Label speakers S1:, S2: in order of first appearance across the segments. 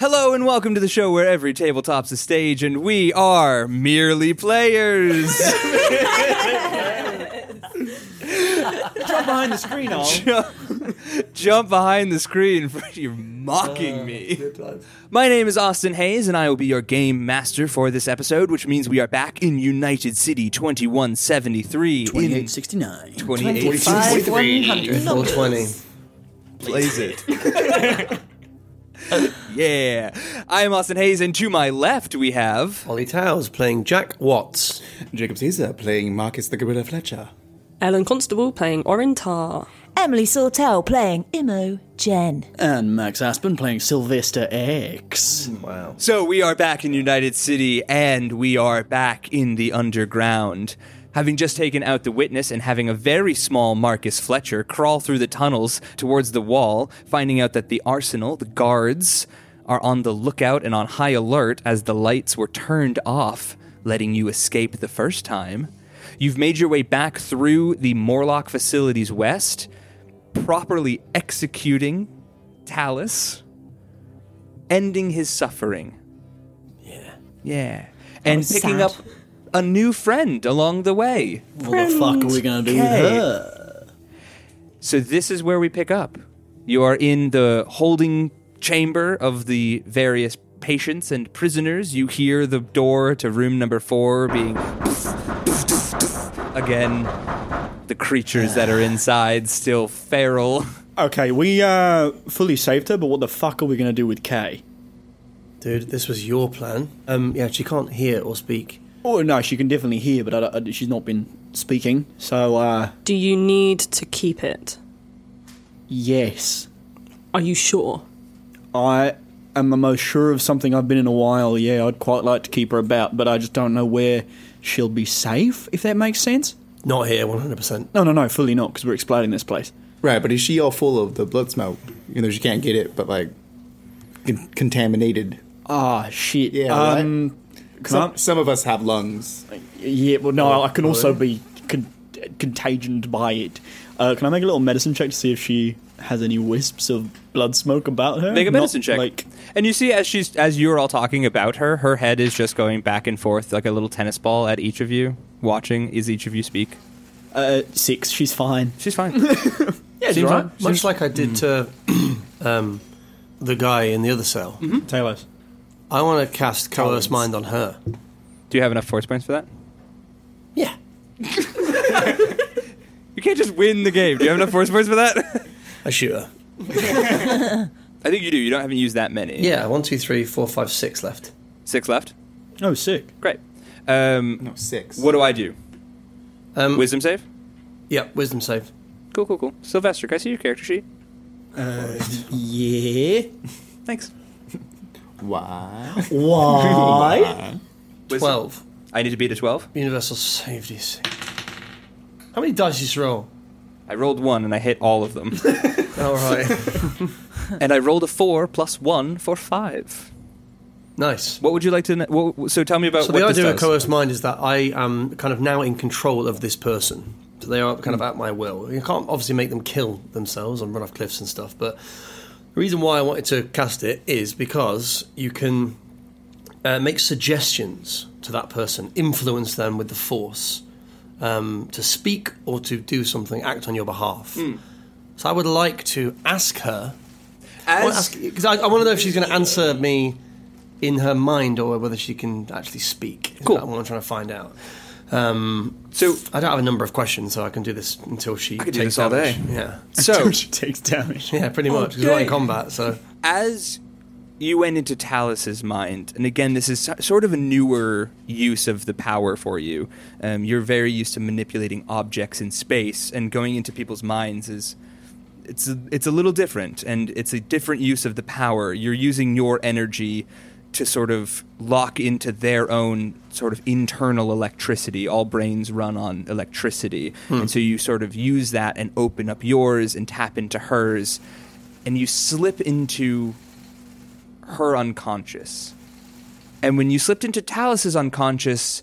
S1: Hello and welcome to the show where every tabletop's a stage and we are merely players.
S2: Jump behind the screen, all.
S1: Jump behind the screen, for you're mocking me. My name is Austin Hayes and I will be your game master for this episode, which means we are back in United City 2173 in
S3: 2869.
S1: 28
S4: Five,
S5: Full 20.
S1: plays it. yeah. I am Austin Hayes and to my left we have
S5: Ollie Towers playing Jack Watts.
S4: Jacob Caesar playing Marcus the Gorilla Fletcher.
S6: Ellen Constable playing Orin Tar.
S7: Emily Sortell playing Imo Jen.
S3: And Max Aspen playing Sylvester X.
S5: Wow.
S1: So we are back in United City and we are back in the underground. Having just taken out the witness and having a very small Marcus Fletcher crawl through the tunnels towards the wall, finding out that the arsenal, the guards, are on the lookout and on high alert as the lights were turned off, letting you escape the first time. You've made your way back through the Morlock facilities west, properly executing Talus ending his suffering. Yeah. Yeah. And
S7: was
S1: picking
S7: sad.
S1: up a new friend along the way.
S3: What the fuck are we gonna do with
S1: K.
S3: her?
S1: So this is where we pick up. You are in the holding chamber of the various patients and prisoners. You hear the door to room number 4 being again the creatures that are inside still feral.
S2: Okay, we uh fully saved her, but what the fuck are we gonna do with Kay?
S5: Dude, this was your plan. Um, yeah, she can't hear or speak.
S2: Oh no, she can definitely hear, but I don't- I- she's not been speaking. So uh
S6: Do you need to keep it?
S2: yes,
S6: Are you sure?
S2: I am the most sure of something I've been in a while. Yeah, I'd quite like to keep her about, but I just don't know where she'll be safe. If that makes sense.
S5: Not here, 100%.
S2: No, no, no, fully not, because we're exploding this place.
S4: Right, but is she all full of the blood smoke? You know, she can't get it, but like con- contaminated.
S2: Ah shit.
S4: Yeah, right?
S2: Um. Can I- Oh,
S4: Some, some of us have lungs.
S2: Yeah, well, no, I can also be con- contagioned by it. Uh, can I make a little medicine check to see if she has any wisps of blood smoke about her?
S1: Make a
S2: Not,
S1: medicine check.
S2: Like,
S1: and you see, as she's as you're all talking about her, her head is just going back and forth like a little tennis ball at each of you, watching as each of you speak.
S2: uh, six. She's fine.
S1: She's fine.
S2: Yeah,
S1: Seems right.
S5: Much like I
S4: Mm.
S5: did to um, the guy in the other cell.
S2: Talos.
S5: I want to cast Colorless Mind on her.
S1: Do you have enough force points for that?
S5: Yeah.
S1: You can't just win the game. Do you have enough force points for that?
S5: I shoot her.
S1: I think you do. You don't haven't used that many.
S5: Yeah, one, two, three, four, five, six left.
S1: Six left.
S2: Oh, sick.
S1: Great. Um,
S4: No, six.
S1: what do I do?
S5: Um,
S1: Wisdom save.
S5: yeah, wisdom save.
S1: Cool, cool, cool. Sylvester, can I see your character sheet?
S5: Uh,
S2: Yeah.
S1: Thanks.
S4: Why?
S2: Why?
S1: Wisdom.
S5: 12.
S1: I need to beat a twelve.
S5: Universal save DC. How many dice did you roll?
S1: I rolled one and I hit all of them,
S5: All Oh, right.
S1: and I rolled a four plus one for five.
S5: nice.
S1: What would you like to? kn- What, so tell me about
S5: So
S1: what
S5: the
S1: this
S5: idea of
S1: does.
S5: coerced mind is that I am kind of now in control of this person. So they are
S1: Hmm.
S5: kind of at my will. You can't obviously make them kill themselves and run off cliffs and stuff. But the reason why I wanted to cast it is because you can uh, make suggestions to that person, influence them with the force um, to speak or to do something, act on your behalf.
S1: Hmm.
S5: So I would like to ask her
S1: As-
S5: because I, I want to know if she's going to answer me in her mind or whether she can actually speak. Is
S1: Cool.
S5: that what I'm trying to find out.
S1: so
S5: I don't have a number of questions, so I can do this until she.
S1: could do
S5: takes
S1: this all
S5: damage.
S1: day.
S5: Yeah,
S1: so
S2: she takes damage.
S5: yeah, pretty much. 'cause we're not in
S1: day.
S5: combat, so
S1: as you went into Talus's mind, and again, this is so- sort of a newer use of the power for you. Um, you're very used to manipulating objects in space, and going into people's minds is it's a, it's a little different, and it's a different use of the power. You're using your energy to sort of lock into their own sort of internal electricity. All brains run on electricity, and so you sort of use that and open up yours and tap into hers, and you slip into her unconscious. And when you slipped into Talus's unconscious,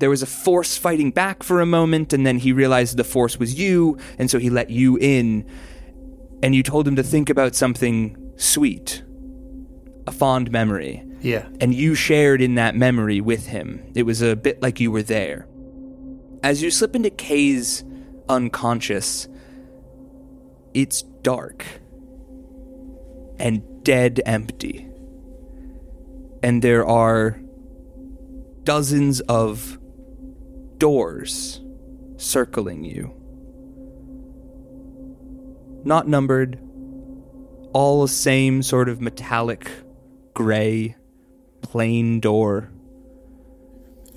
S1: there was a force fighting back for a moment, and then he realized the force was you, and so he let you in. And you told him to think about something sweet. a fond memory,
S5: Yeah.
S1: and you shared in that memory with him. It was a bit like you were there. As you slip into Kay's unconscious, it's dark and dead empty. And there are dozens of doors circling you. Not numbered, all the same sort of metallic gray plain door.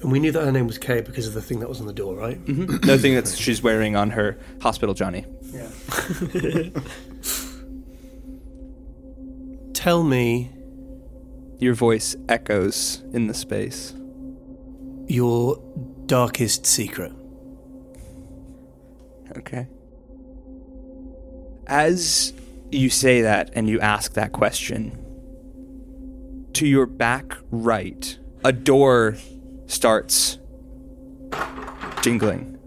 S5: And we knew that her name was Kay because of the thing that was on the door, right?
S1: Mm-hmm. Nothing that she's wearing on her hospital Johnny.
S5: Tell me
S1: Your voice echoes in the space.
S5: your darkest secret.
S1: Okay. As you say that and you ask that question, to your back right, a door starts jingling.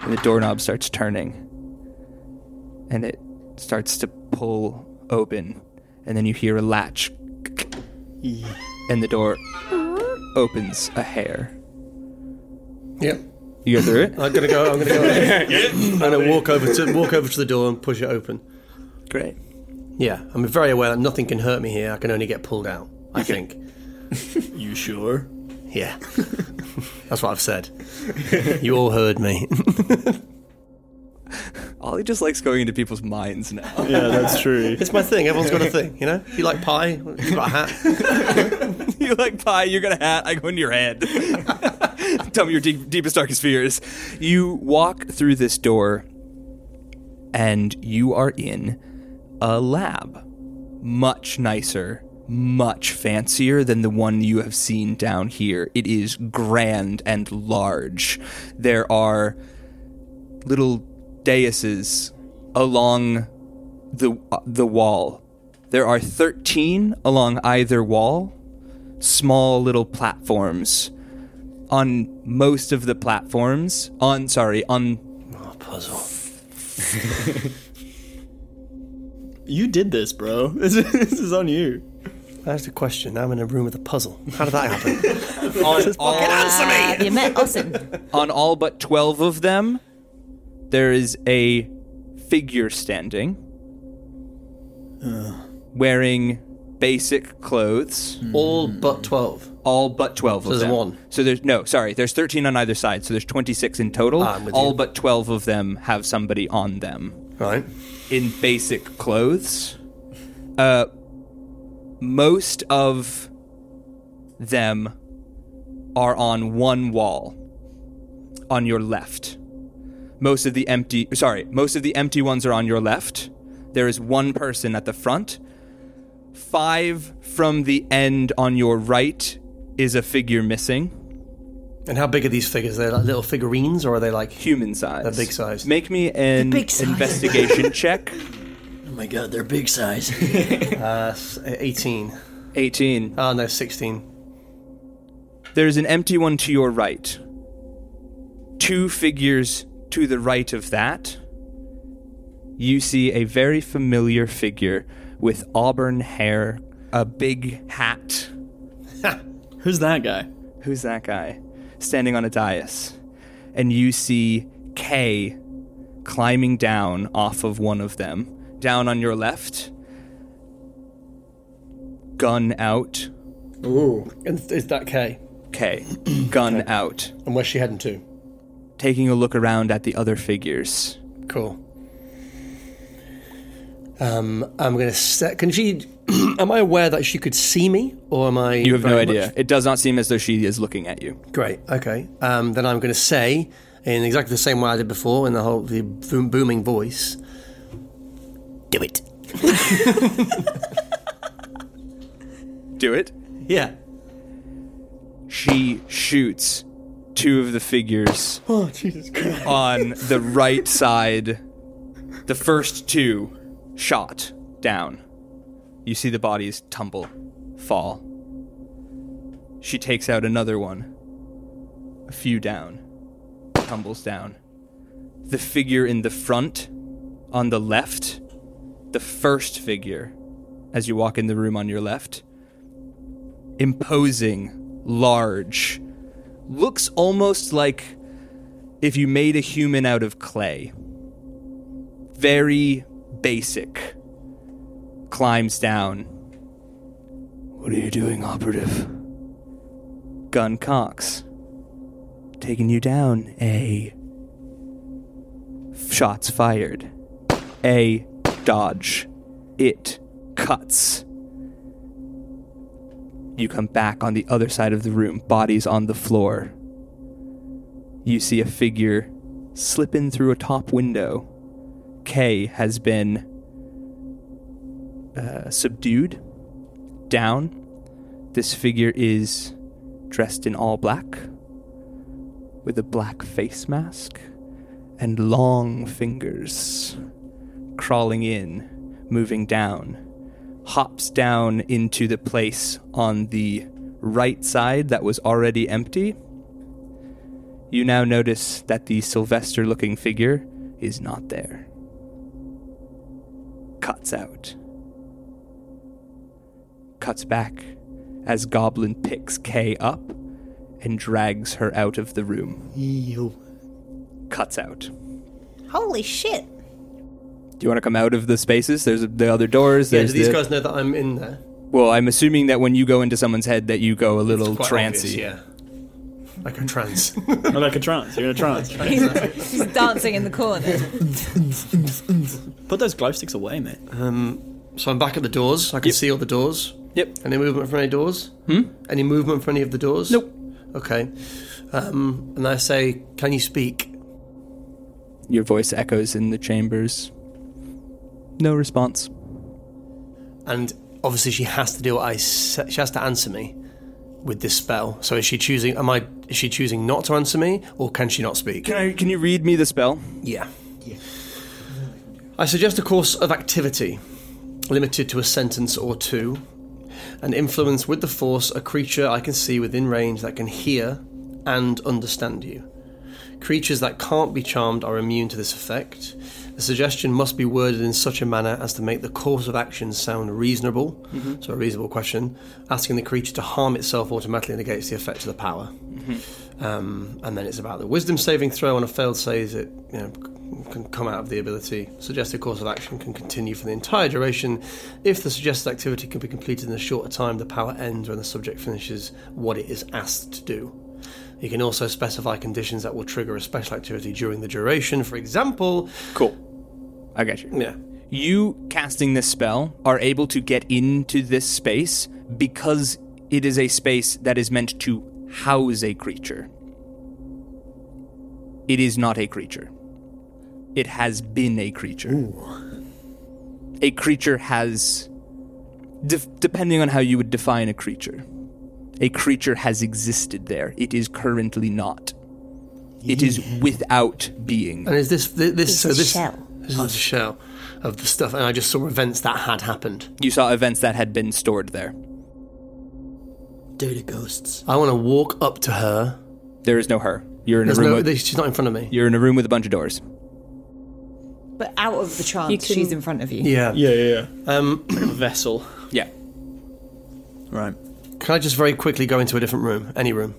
S1: And the doorknob starts turning. And it starts to pull open. And then you hear a latch. And the door opens a hair.
S5: Yep.
S1: You go through it?
S5: I'm gonna go. I'm gonna go. I'm gonna walk over to walk over to the door and push it open.
S1: Great.
S5: Yeah, I'm very aware that nothing can hurt me here. I can only get pulled out. I think.
S2: You sure?
S5: Yeah. That's what I've said. You all heard me.
S1: Ollie just likes going into people's minds now.
S2: Yeah, that's true.
S5: It's my thing. Everyone's got a thing, you know? You like pie? You got a hat?
S1: You're like, pie, you got a hat, I go into your head. Tell me your deep, deepest, darkest fears. You walk through this door, and you are in a lab. Much nicer, much fancier than the one you have seen down here. It is grand and large. There are little daises along the, uh, the wall. There are 13 along either wall, small little platforms. On most of the platforms, on sorry, on
S5: Oh, puzzle.
S2: You did this, bro. This is, this is on you.
S5: That's the question. Now I'm in a room with a puzzle. How did that happen?
S1: on all,
S7: Have you met Ah, Austin?
S1: on all but 12 of them, there is a figure standing
S5: Uh.
S1: wearing basic clothes.
S5: all but 12.
S1: All but 12 of
S5: Hmm. there's
S1: them.
S5: one.
S1: So there's no, sorry, there's 13 on either side, so there's 26 in total.
S5: Ah, I'm with
S1: all
S5: you.
S1: but 12 of them have somebody on them.
S5: Right.
S1: in basic clothes. Uh, most of them are on one wall on your left. Most of the empty, sorry, most of the empty ones are on your left. There is one person at the front. Five from the end on your right is a figure missing,
S5: And how big are these figures? They're like little figurines or are they like.
S1: human size.
S5: They're big sized.
S1: Make me an
S7: big size.
S1: investigation check.
S3: Oh my god, they're big size.
S5: Uh, s- 18.
S1: 18.
S5: Oh, no, 16.
S1: There's an empty one to your right. Two figures to the right of that. You see a very familiar figure with auburn hair, a big hat.
S2: Who's that guy?
S1: Who's that guy? Standing on a dais. And you see Kay climbing down off of one of them. Down on your left. Gun out.
S5: Ooh. And is that K?
S1: Kay. Gun out.
S5: And where's she heading to?
S1: Taking a look around at the other figures.
S5: Cool. Um, I'm gonna set. Can she? am I aware that she could see me, or am I?
S1: You have no
S5: very
S1: idea.
S5: much-
S1: It does not seem as though she is looking at you.
S5: Great. Okay. Um, then I'm gonna say in exactly the same way I did before, in the whole the boom, booming voice. Do it.
S1: Do it.
S5: Yeah.
S1: She shoots two of the figures
S2: Oh, Jesus Christ.
S1: on the right side. The first two shot down. You see the bodies tumble, fall. She takes out another one. A few down. Tumbles down. The figure in the front on the left, the first figure, as you walk in the room on your left. Imposing, large, looks almost like if you made a human out of clay. Very basic. Climbs down. What are you doing, operative? Gun cocks. Taking you down, A. Shots fired. A. Dodge. It cuts. You come back on the other side of the room, bodies on the floor. You see a figure slip in through a top window. K has been uh, subdued, down. This figure is dressed in all black, with a black face mask and long fingers crawling in, moving down. Hops down into the place on the right side that was already empty. You now notice that the Sylvester looking figure is not there. Cuts out. Cuts back as Goblin picks Kay up and drags her out of the room. Cuts out. Do
S7: Holy shit.
S1: you want to come out of the spaces? There's the other doors.
S5: Yeah,
S1: There's
S5: do these
S1: the,
S5: guys know that I'm in there?
S1: Well, I'm assuming that when you go into someone's head, that you go a little
S5: Quite
S1: trancy.
S5: obvious, yeah. Like a trance.
S2: Not like a trance. You're in a trance.
S7: She's dancing in the corner.
S2: Put those glow sticks away, mate.
S5: so I'm back at the doors. I can see all the doors.
S1: Yep.
S5: Any movement from any doors? Hmm? Any movement from any of the doors? Nope. Okay. Um, and I say, can you speak?
S1: Your voice echoes in the chambers. No response.
S5: And obviously, she has to do what I. Sa- she has to answer me with this spell. So is she choosing? Am I? Is she choosing not to answer me, or can she not speak?
S1: Can I? Can you read me the spell?
S5: Yeah. I suggest a course of activity, limited to a sentence or two, and influence with the force a creature I can see within range that can hear and understand you. Creatures that can't be charmed are immune to this effect. The suggestion must be worded in such a manner as to make the course of action sound reasonable. So, a reasonable question. Asking the creature to harm itself automatically negates the effect of the power. Um, and then it's about the wisdom saving throw on a failed save it you know, c- can come out of the ability. Suggested course of action can continue for the entire duration. If the suggested activity can be completed in a shorter time, the power ends when the subject finishes what it is asked to do. You can also specify conditions that will trigger a special activity during the duration. For example,
S1: Cool. I got you.
S5: yeah,
S1: You casting this spell are able to get into this space because it is a space that is meant to house a creature. It is not a creature. It has been a creature. A creature has, def- depending on how you would define a creature, a creature has existed there. It is currently not. It is without being.
S5: and is this thi- this
S7: It's
S5: so
S7: a
S5: this
S7: shell.
S5: this is a shell of the stuff, and I just saw events that had happened.
S1: You saw events that had been stored there.
S3: Do the ghosts.
S5: I want to walk up to her.
S1: There is no her. You're in
S5: There's
S1: a room.
S5: no,
S1: with,
S5: she's not in front of me.
S1: you're in a room with a bunch of doors.
S7: But out of the trance,
S6: You can-
S7: she's in front of you.
S5: Yeah.
S2: Yeah, yeah,
S5: Um,
S2: yeah. Vessel.
S1: Yeah.
S2: Right.
S5: Can I just very quickly go into a different room? Any room.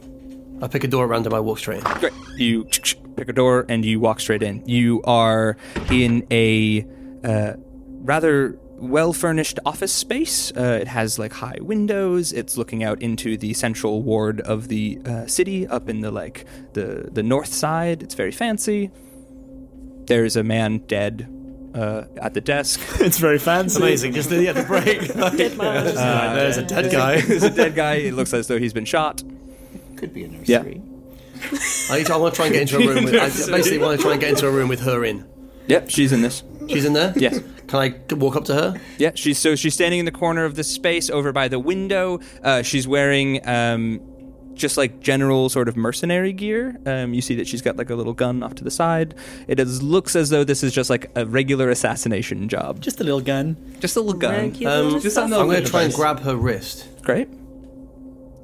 S5: I pick a door at random, I walk straight in.
S1: Great. You pick a door and you walk straight in. You are in a uh, rather well furnished office space. Uh, it has like high windows. It's looking out into the central ward of the uh, city, up in the like the the north side. It's very fancy. There's a man dead uh, at the desk.
S2: It's very fancy.
S5: Amazing, just the, yeah, the break. there's a dead guy.
S1: There's a dead guy. It looks as though he's been shot.
S4: Could be a nursery.
S1: Yeah.
S5: I, need to, I want to try and get into a room with. I basically want to try and get into a room with her in.
S1: Yep, she's in this.
S5: She's in there.
S1: Yes.
S5: Can I g- walk up to her?
S1: Yeah, she's so she's standing in the corner of the space over by the window. Uh, she's wearing um, just like general sort of mercenary gear. Um, you see that she's got like a little gun off to the side. It is, looks as though this is just like a regular assassination job. Just,
S2: Just a little gun.
S1: just a little gun. Um,
S6: Regular
S1: just something
S5: I'm going
S1: that'll-
S5: to try and grab her wrist.
S1: Great.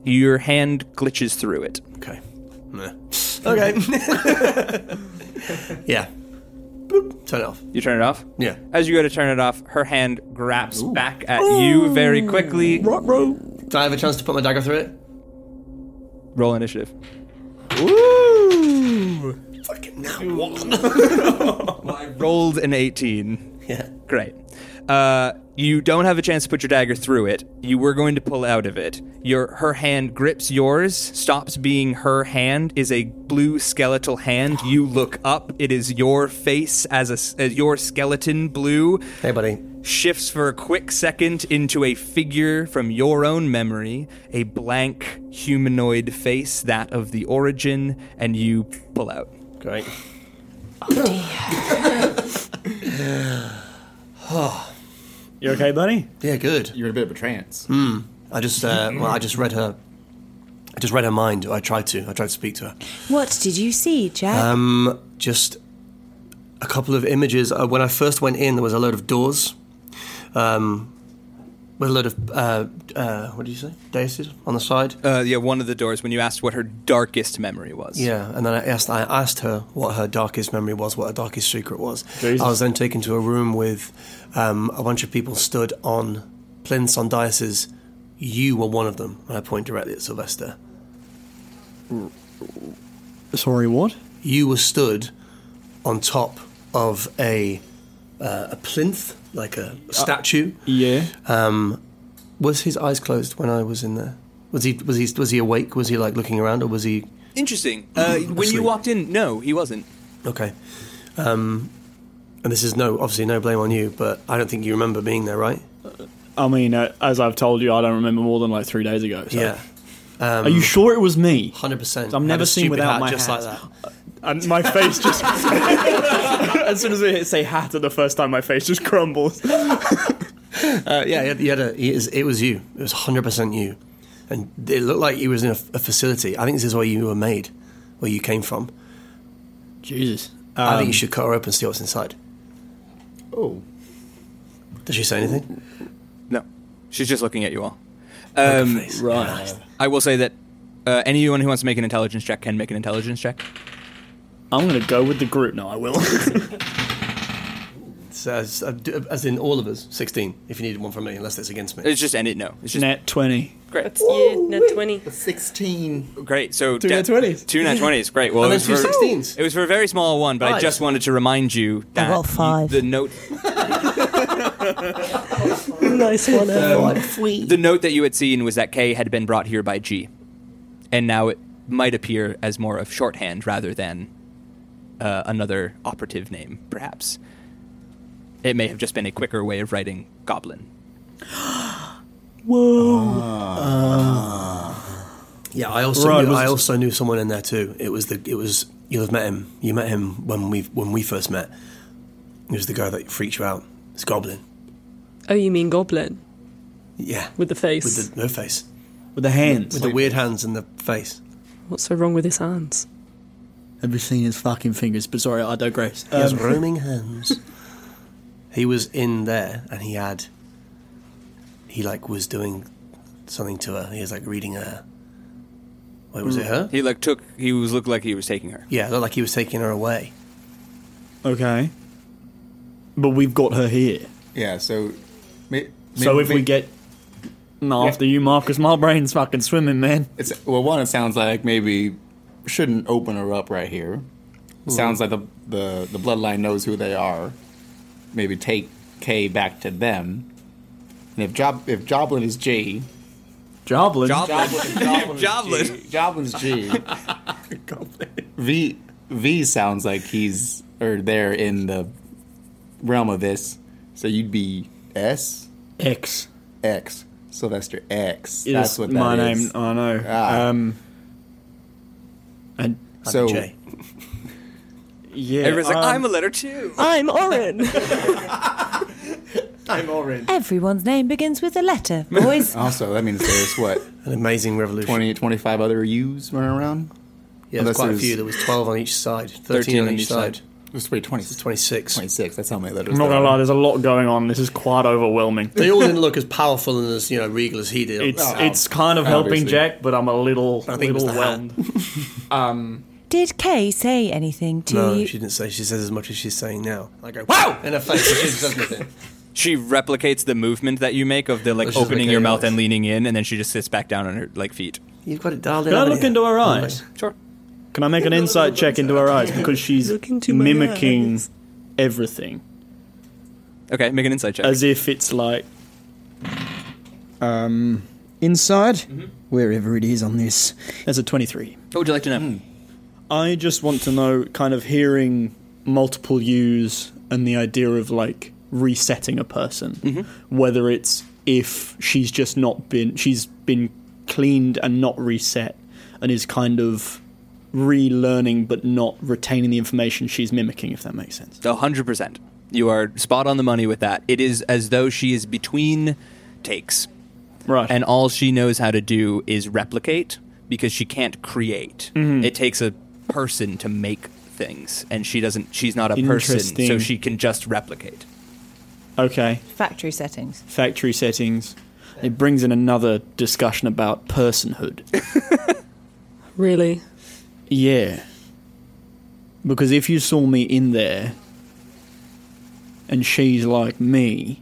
S1: Your hand glitches through it.
S5: Okay. Okay. yeah. bloop, turn it off.
S1: You turn it off?
S5: Yeah.
S1: As you go to turn it off, her hand grabs back at you very quickly.
S2: bro.
S5: Do I have a chance to put my dagger through it?
S1: Roll initiative.
S5: Fucking no. What?
S1: I rolled an 18.
S5: Yeah.
S1: Great. Uh, you don't have a chance to put your dagger through it. You were going to pull out of it. Your her hand grips yours, stops being her hand, is a blue skeletal hand. You look up. It is your face as a s- as your skeleton blue
S5: Hey, buddy.
S1: shifts for a quick second into a figure from your own memory, a blank humanoid face, that of the origin, and you pull out.
S5: Great.
S2: You okay, buddy?
S5: Yeah, good.
S4: You're in a bit of a trance.
S2: Hmm.
S5: I just, uh, well, I just read her. I just read her mind. I tried to. I tried to speak to her.
S7: What did you see, Jack?
S5: just a couple of images. Uh, when I first went in, there was a load of doors um, with a load of, uh, uh, what do you say, daises on the side.
S1: Uh, yeah, one of the doors when you asked what her darkest memory was.
S5: Yeah, and then I asked, I asked her what her darkest memory was, what her darkest secret was.
S2: Jesus.
S5: I was then taken to a room with um, a bunch of people stood on plinths on dices. You were one of them, and I point directly at Sylvester.
S2: Sorry, what?
S5: you were stood on top of a uh, a plinth, like a statue.
S2: Yeah.
S5: was his eyes closed when I was in there? Was he was he was he awake? Was he like looking around, or was he
S1: Interesting. Uh, when you
S5: Asleep.
S1: walked in, no, he wasn't.
S5: okay? Um, and this is no obviously no blame on you, but I don't think you remember being there, right?
S2: I mean, uh, as I've told you, I don't remember more than like three days ago. So.
S5: Yeah,
S2: Are you sure it was me?
S5: hundred percent.
S2: I'm never seen without my
S5: just
S2: hat.
S5: like that.
S2: And my face just. as soon as I hit say hat the first time, my face just crumbles.
S5: Uh, yeah, he had, he had a, he is, it was you. It was 100% you. And it looked like you was in a, a facility. I think this is where you were made, where you came from.
S2: Jesus.
S5: I
S2: Um,
S5: think you should cut her open and see what's inside.
S4: Oh.
S5: Did she say anything?
S1: No, she's just looking at you all.
S5: Poker
S1: Um,
S5: face.
S1: I will say that uh, anyone who wants to make an intelligence check can make an intelligence check.
S2: I'm gonna go with the group. No, I will.
S5: It's As, as in all of us, 16, if you needed one from me, unless it's against me.
S1: It's just and it no. It's just
S2: Net twenty.
S1: great.
S6: You net 20.
S4: 16.
S1: Great. So
S2: Two nat 20s.
S1: Two nat twenties. Great. Well,
S5: And
S1: it
S5: then
S1: was,
S5: two
S1: for,
S5: 16s.
S1: it was for a very small one, but I
S5: Nice.
S1: just wanted to remind you that
S7: rolled
S1: you-
S7: five.
S1: the note
S6: Nice
S3: Um,
S6: one, Evan.
S1: The note that you had seen was that K had been brought here by G, and now it might appear as more of shorthand rather than uh, another operative name, perhaps. It may have just been a quicker way of writing goblin.
S5: Yeah, I also
S2: Right,
S5: knew,
S2: was
S5: I
S2: it-
S5: also knew someone in there too. It was the it was you'll have met him. You met him when we when we first met. It was the guy that freaked you out. It's Goblin.
S6: Oh, you mean goblin?
S5: Yeah,
S6: With the face.
S5: with the no face,
S2: With the hands.
S5: with the weird hands and the face.
S6: What's so wrong with his hands?
S3: Have you seen his fucking fingers? But sorry, I digress. Um,
S5: He has
S2: Um,
S5: roaming hands. he was in there and he had. He like was doing something to her. He was like reading her. Wait, was
S2: Hmm.
S5: it her?
S1: He like took. He was looked like he was taking her.
S5: Yeah, it looked like he was taking her away.
S2: Okay. But we've got her here.
S4: Yeah, so. May,
S2: so
S4: may-
S2: if we
S4: may-
S2: get no, after you, Marcus, my brain's fucking swimming, man.
S4: It's, well, one, it sounds like maybe shouldn't open her up right here.
S2: Hmm.
S4: Sounds like the, the, the bloodline knows who they are. Maybe take K back to them. And if Job if Joblin is G,
S2: Joblin.
S4: Joblin,
S1: Joblin.
S4: Joblin's G. V V sounds like he's or they're in the realm of this. So you'd be S
S2: X.
S4: X Sylvester X.
S2: Is
S4: That's what that is.
S2: my name. I know.
S4: Ah.
S2: Um. And
S4: So
S5: Jay.
S2: yeah,
S1: Everyone's like,
S2: um,
S1: I'm a letter too.
S6: I'm Orin.
S7: Everyone's name begins with a letter, boys.
S4: also that means there's what
S5: An amazing revolution.
S4: 20, 25 other U's running around.
S5: yeah, there's
S4: unless
S5: quite a
S4: there's-
S5: few. There was 12 on each side, 13, on each side.
S4: It's pretty 20,
S5: It's 26.
S4: 26. That's how many letters.
S2: I'm not
S4: there
S2: gonna
S4: are.
S2: lie. There's a lot going on. This is quite overwhelming.
S5: They all didn't look as powerful and as you know regal as he did.
S2: It's
S4: Oh,
S2: it's kind of helping
S4: obviously.
S2: Jack, but I'm a little
S5: think it was
S2: little
S5: the hat.
S2: whelmed.
S7: Did Did Kay say anything to
S5: No,
S7: you?
S5: she didn't say. She says as much as she's saying now. I go, wow! In her face. She says nothing.
S1: She replicates the movement that you make of the like
S5: It's just
S1: opening
S5: like
S1: your
S5: a-
S1: mouth and leaning in, and then she just sits back down on her like feet.
S5: You've got it dialed in.
S2: Can I
S5: haven't
S2: look
S5: you?
S2: into her eyes?
S1: Sure.
S2: Can I make an insight check into her eyes because she's
S6: Look into my
S2: mimicking
S6: eyes.
S2: everything
S1: Okay, make an insight check.
S2: as if it's like
S3: Inside, wherever it is on this.
S2: Mm-hmm. there's a 23.
S1: what would you like to know?
S2: I just want to know kind of hearing multiple yous and the idea of like resetting a person, whether it's if she's just not been she's been cleaned and not reset and is kind of relearning but not retaining the information she's mimicking if that makes sense.
S1: A hundred percent. You are spot on the money with that. It is as though she is between takes,
S2: Right.
S1: and all she knows how to do is replicate because she can't create. It takes a person to make things, and she doesn't. She's not a person, so
S2: Interesting.
S1: she can just replicate.
S2: okay.
S7: Factory settings.
S2: factory settings. It brings in another discussion about personhood.
S6: Really?
S2: yeah. Because if you saw me in there and she's like me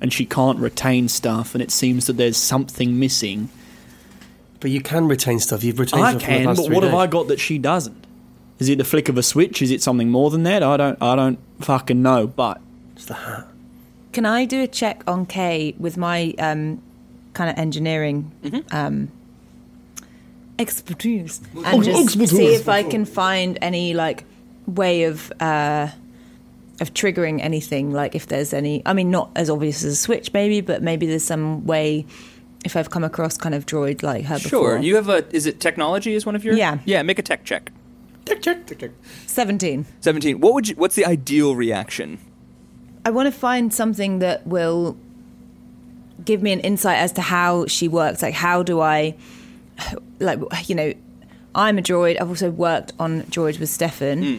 S2: and she can't retain stuff and it seems that there's something missing,
S5: But you can retain stuff. You've retained
S2: I
S5: stuff from the
S2: can,
S5: past
S2: but
S5: three
S2: what have
S5: days.
S2: I got that she doesn't? Is it the flick of a switch? Is it something more than that? I don't I don't fucking know, but
S5: It's the hat.
S7: Can I do a check on Kay with my um, kind of engineering
S1: Mm-hmm.
S7: um, expertise and just see if I can find any like way of uh, of triggering anything? Like if there's any, I mean, not as obvious as a switch, maybe, but maybe there's some way. If I've come across kind of droid like her
S1: Sure.
S7: before,
S1: You have a. Is it technology? Is one of your?
S7: Yeah.
S1: Yeah. Make a tech check.
S5: Tick, tick, tick, tick.
S7: seventeen.
S1: Seventeen. What would you? What's the ideal reaction?
S7: I want to find something that will give me an insight as to how she works. Like, how do I, like, you know, I'm a droid. I've also worked on droids with Stefan
S1: Hmm.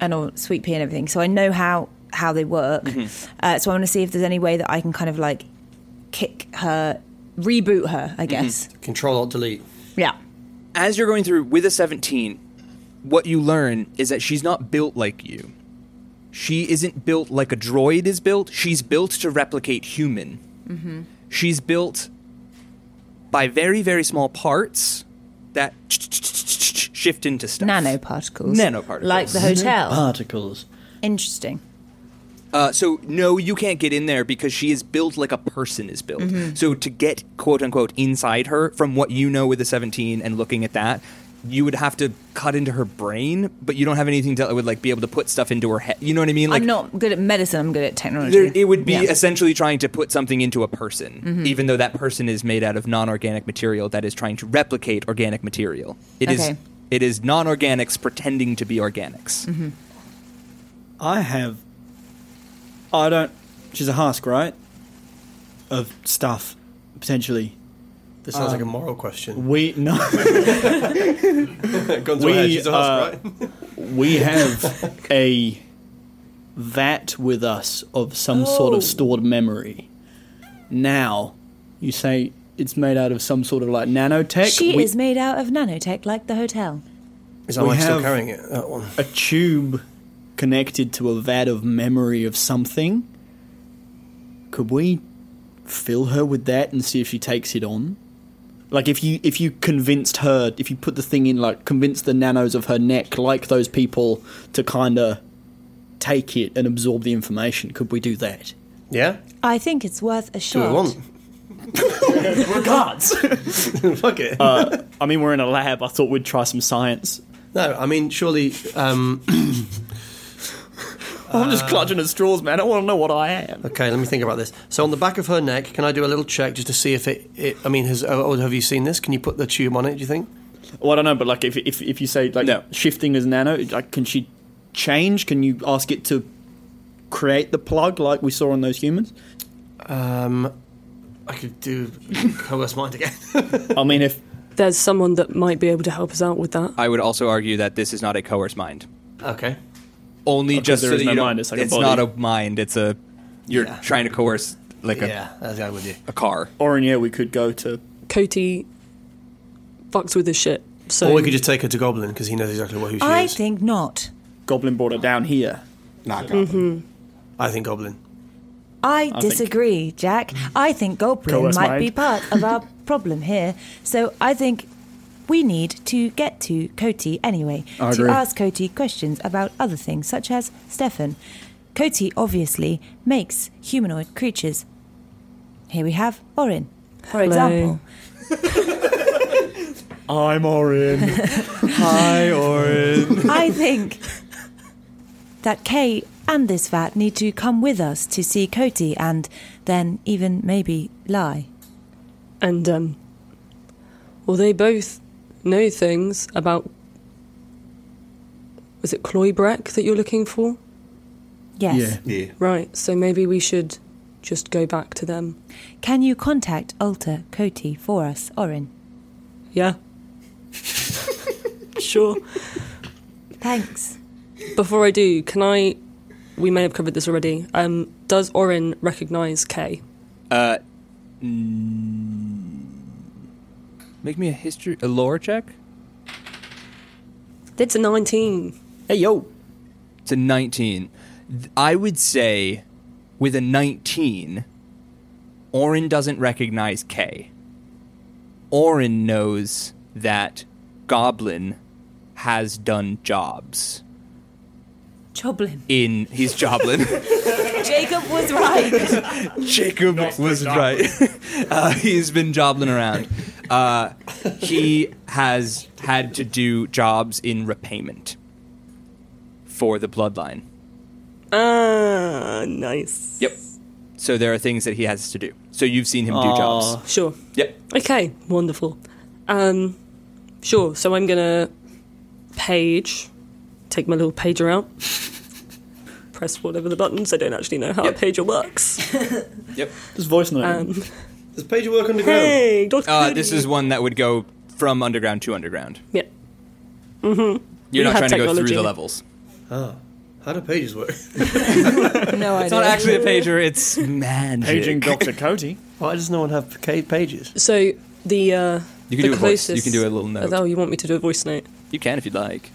S7: and on Sweet Pea and everything, so I know how how they work.
S1: Mm-hmm.
S7: Uh, so I want to see if there's any way that I can kind of like kick her, reboot her.
S1: Mm-hmm.
S7: I guess.
S5: Control Alt Delete.
S7: Yeah.
S1: as you're going through with a 17, what you learn is that she's not built like you. She isn't built like a droid is built. She's built to replicate human. She's built by very, very small parts that shift into stuff.
S7: Nanoparticles.
S1: Nanoparticles. Mm-hmm.
S7: Like the hotel.
S3: Particles.
S7: Interesting.
S1: Uh, so no, you can't get in there because she is built like a person is built. So to get quote unquote inside her, from what you know with the seventeen and looking at that, you would have to cut into her brain, but you don't have anything that would like be able to put stuff into her head. You know what I mean? Like
S7: I'm not good at medicine. I'm good at technology.
S1: there, it would be
S7: Yeah.
S1: essentially trying to put something into a person, even though that person is made out of non-organic material that is trying to replicate organic material. It is
S7: Okay.
S1: it is non-organics pretending to be organics.
S2: I have. I don't. She's a husk, right? Of stuff, potentially.
S5: This
S2: Uh,
S5: sounds like a moral question.
S2: We no.
S5: Guns
S2: we,
S5: we, head. She's a
S2: uh,
S5: husk, right?
S2: we have a vat with us of some sort
S7: Oh.
S2: of stored memory. Now, you say it's made out of some sort of like nanotech.
S7: She
S2: We-
S7: is made out of nanotech, like the hotel.
S5: Is that why
S2: we
S5: she's still
S2: have-
S5: carrying it? That one.
S2: a tube connected to a vat of memory of something. Could we fill her with that and see if she takes it on? Like if you if you convinced her, if you put the thing in, like convince the nanos of her neck, like those people, to kind of take it and absorb the information. Could we do that?
S5: Yeah?
S7: I think it's worth a
S5: Do
S7: shot.
S5: we want?
S2: Regards.
S5: Fuck it.
S2: I mean, we're in a lab. I thought we'd try some science.
S5: no, I mean, surely. Um,
S2: I'm just clutching at straws, man. I want to know what I am.
S5: okay, let me think about this. So, on the back of her neck, can I do a little check just to see if it. it I mean, has, oh, have you seen this? Can you put the tube on it, do you think?
S2: Well, I don't know, but like if if, if you say like
S1: No.
S2: shifting as nano, like can she change? Can you ask it to create the plug like we saw on those humans?
S5: I could do coerce mind again.
S2: I mean, if
S6: There's someone that might be able to help us out with that.
S1: I would also argue that this is not a coerced mind.
S5: okay.
S1: only just
S2: there
S1: so
S2: is
S1: that
S2: no
S1: you don't-
S2: mind, it's like a body.
S1: not a mind. It's a you're
S5: Yeah.
S1: trying to coerce like
S5: Yeah, that's I'm with you.
S1: a, a car.
S2: or in yeah, we could go to
S6: Cody fucks with his shit. So
S5: or we could just take her to Goblin because he knows exactly what who she
S7: I
S5: is.
S7: think not.
S2: Goblin brought it down here.
S4: Not goblin.
S2: Mm-hmm.
S5: I think Goblin.
S7: I,
S2: think-
S7: disagree, Jack. I think Goblin
S2: Coerce
S7: might
S2: mind.
S7: be part of our problem here. So I think we need to get to Cody anyway
S2: I
S7: to
S2: agree.
S7: ask Cody questions about other things, such as Stefan. Cody obviously makes humanoid creatures. Here we have Orin, for
S6: Hello.
S7: example.
S2: I'm Orin. Hi, Orin.
S7: I think that Kay and this vat need to come with us to see Cody and then even maybe lie.
S6: and um, well, they both know things about. Was it Cloybrek that you're looking for?
S7: Yes.
S2: Yeah.
S4: Yeah.
S6: Right. So maybe we should just go back to them.
S7: Can you contact Alter Cody for us, Orin?
S6: Yeah. sure.
S7: Thanks.
S6: Before I do, can I? We may have covered this already. Um, does Orin recognise Kay?
S1: Make me a history, a lore check.
S6: It's a 19.
S2: Hey, yo.
S1: It's a 19. Th- I would say with a 19, Orin doesn't recognize Kay. Orin knows that Goblin has done jobs
S7: Joblin.
S1: in his Joblin.
S7: Jacob was right.
S1: Jacob was right. uh, he's been jobbling around. Uh, he has had to do jobs in repayment for the bloodline.
S6: Ah, nice.
S1: Yep. So there are things that he has to do. So you've seen him do jobs.
S6: Sure.
S1: Yep.
S6: Okay, wonderful. Um, sure. So I'm gonna page, take my little pager out, press whatever the buttons. I don't actually know how
S1: Yep.
S6: a pager works.
S1: Yep.
S2: Just voice note.
S5: Does Paige work underground?
S6: hey, Doctor.
S1: Uh, this is one that would go from underground to underground.
S6: yeah.
S1: You're
S6: We
S1: not
S6: have
S1: trying to go
S6: technology.
S1: through the levels.
S5: How do pages work?
S7: No
S1: It's not actually a pager. It's magic.
S2: Aging Dr. Cody.
S5: Why does no one have ca- pages?
S6: So the uh,
S1: You can
S6: the
S1: do a voice.
S6: closest,
S1: You can do a little note.
S6: Oh, you want me to do a voice note?
S1: You can if you'd like.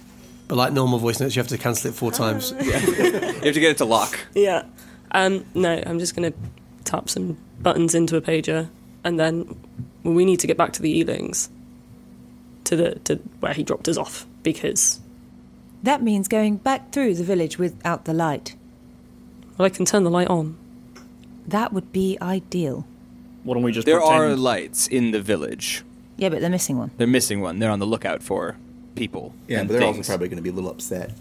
S5: But like normal voice notes, you have to cancel it four
S7: Oh.
S5: times.
S1: You have to get it to lock.
S6: Yeah. Um, no, I'm just going to tap some buttons into a pager, and then well, we need to get back to the Ealings, to the to where he dropped us off because
S7: That means going back through the village without the light.
S6: well, I can turn the light on.
S7: That would be ideal.
S2: Why don't we just
S1: There
S2: pretend?
S1: are lights in the village.
S7: Yeah, but they're missing one.
S1: They're missing one. They're on the lookout for people.
S4: Yeah,
S1: and
S4: but they're
S1: things.
S4: also probably going to be a little upset.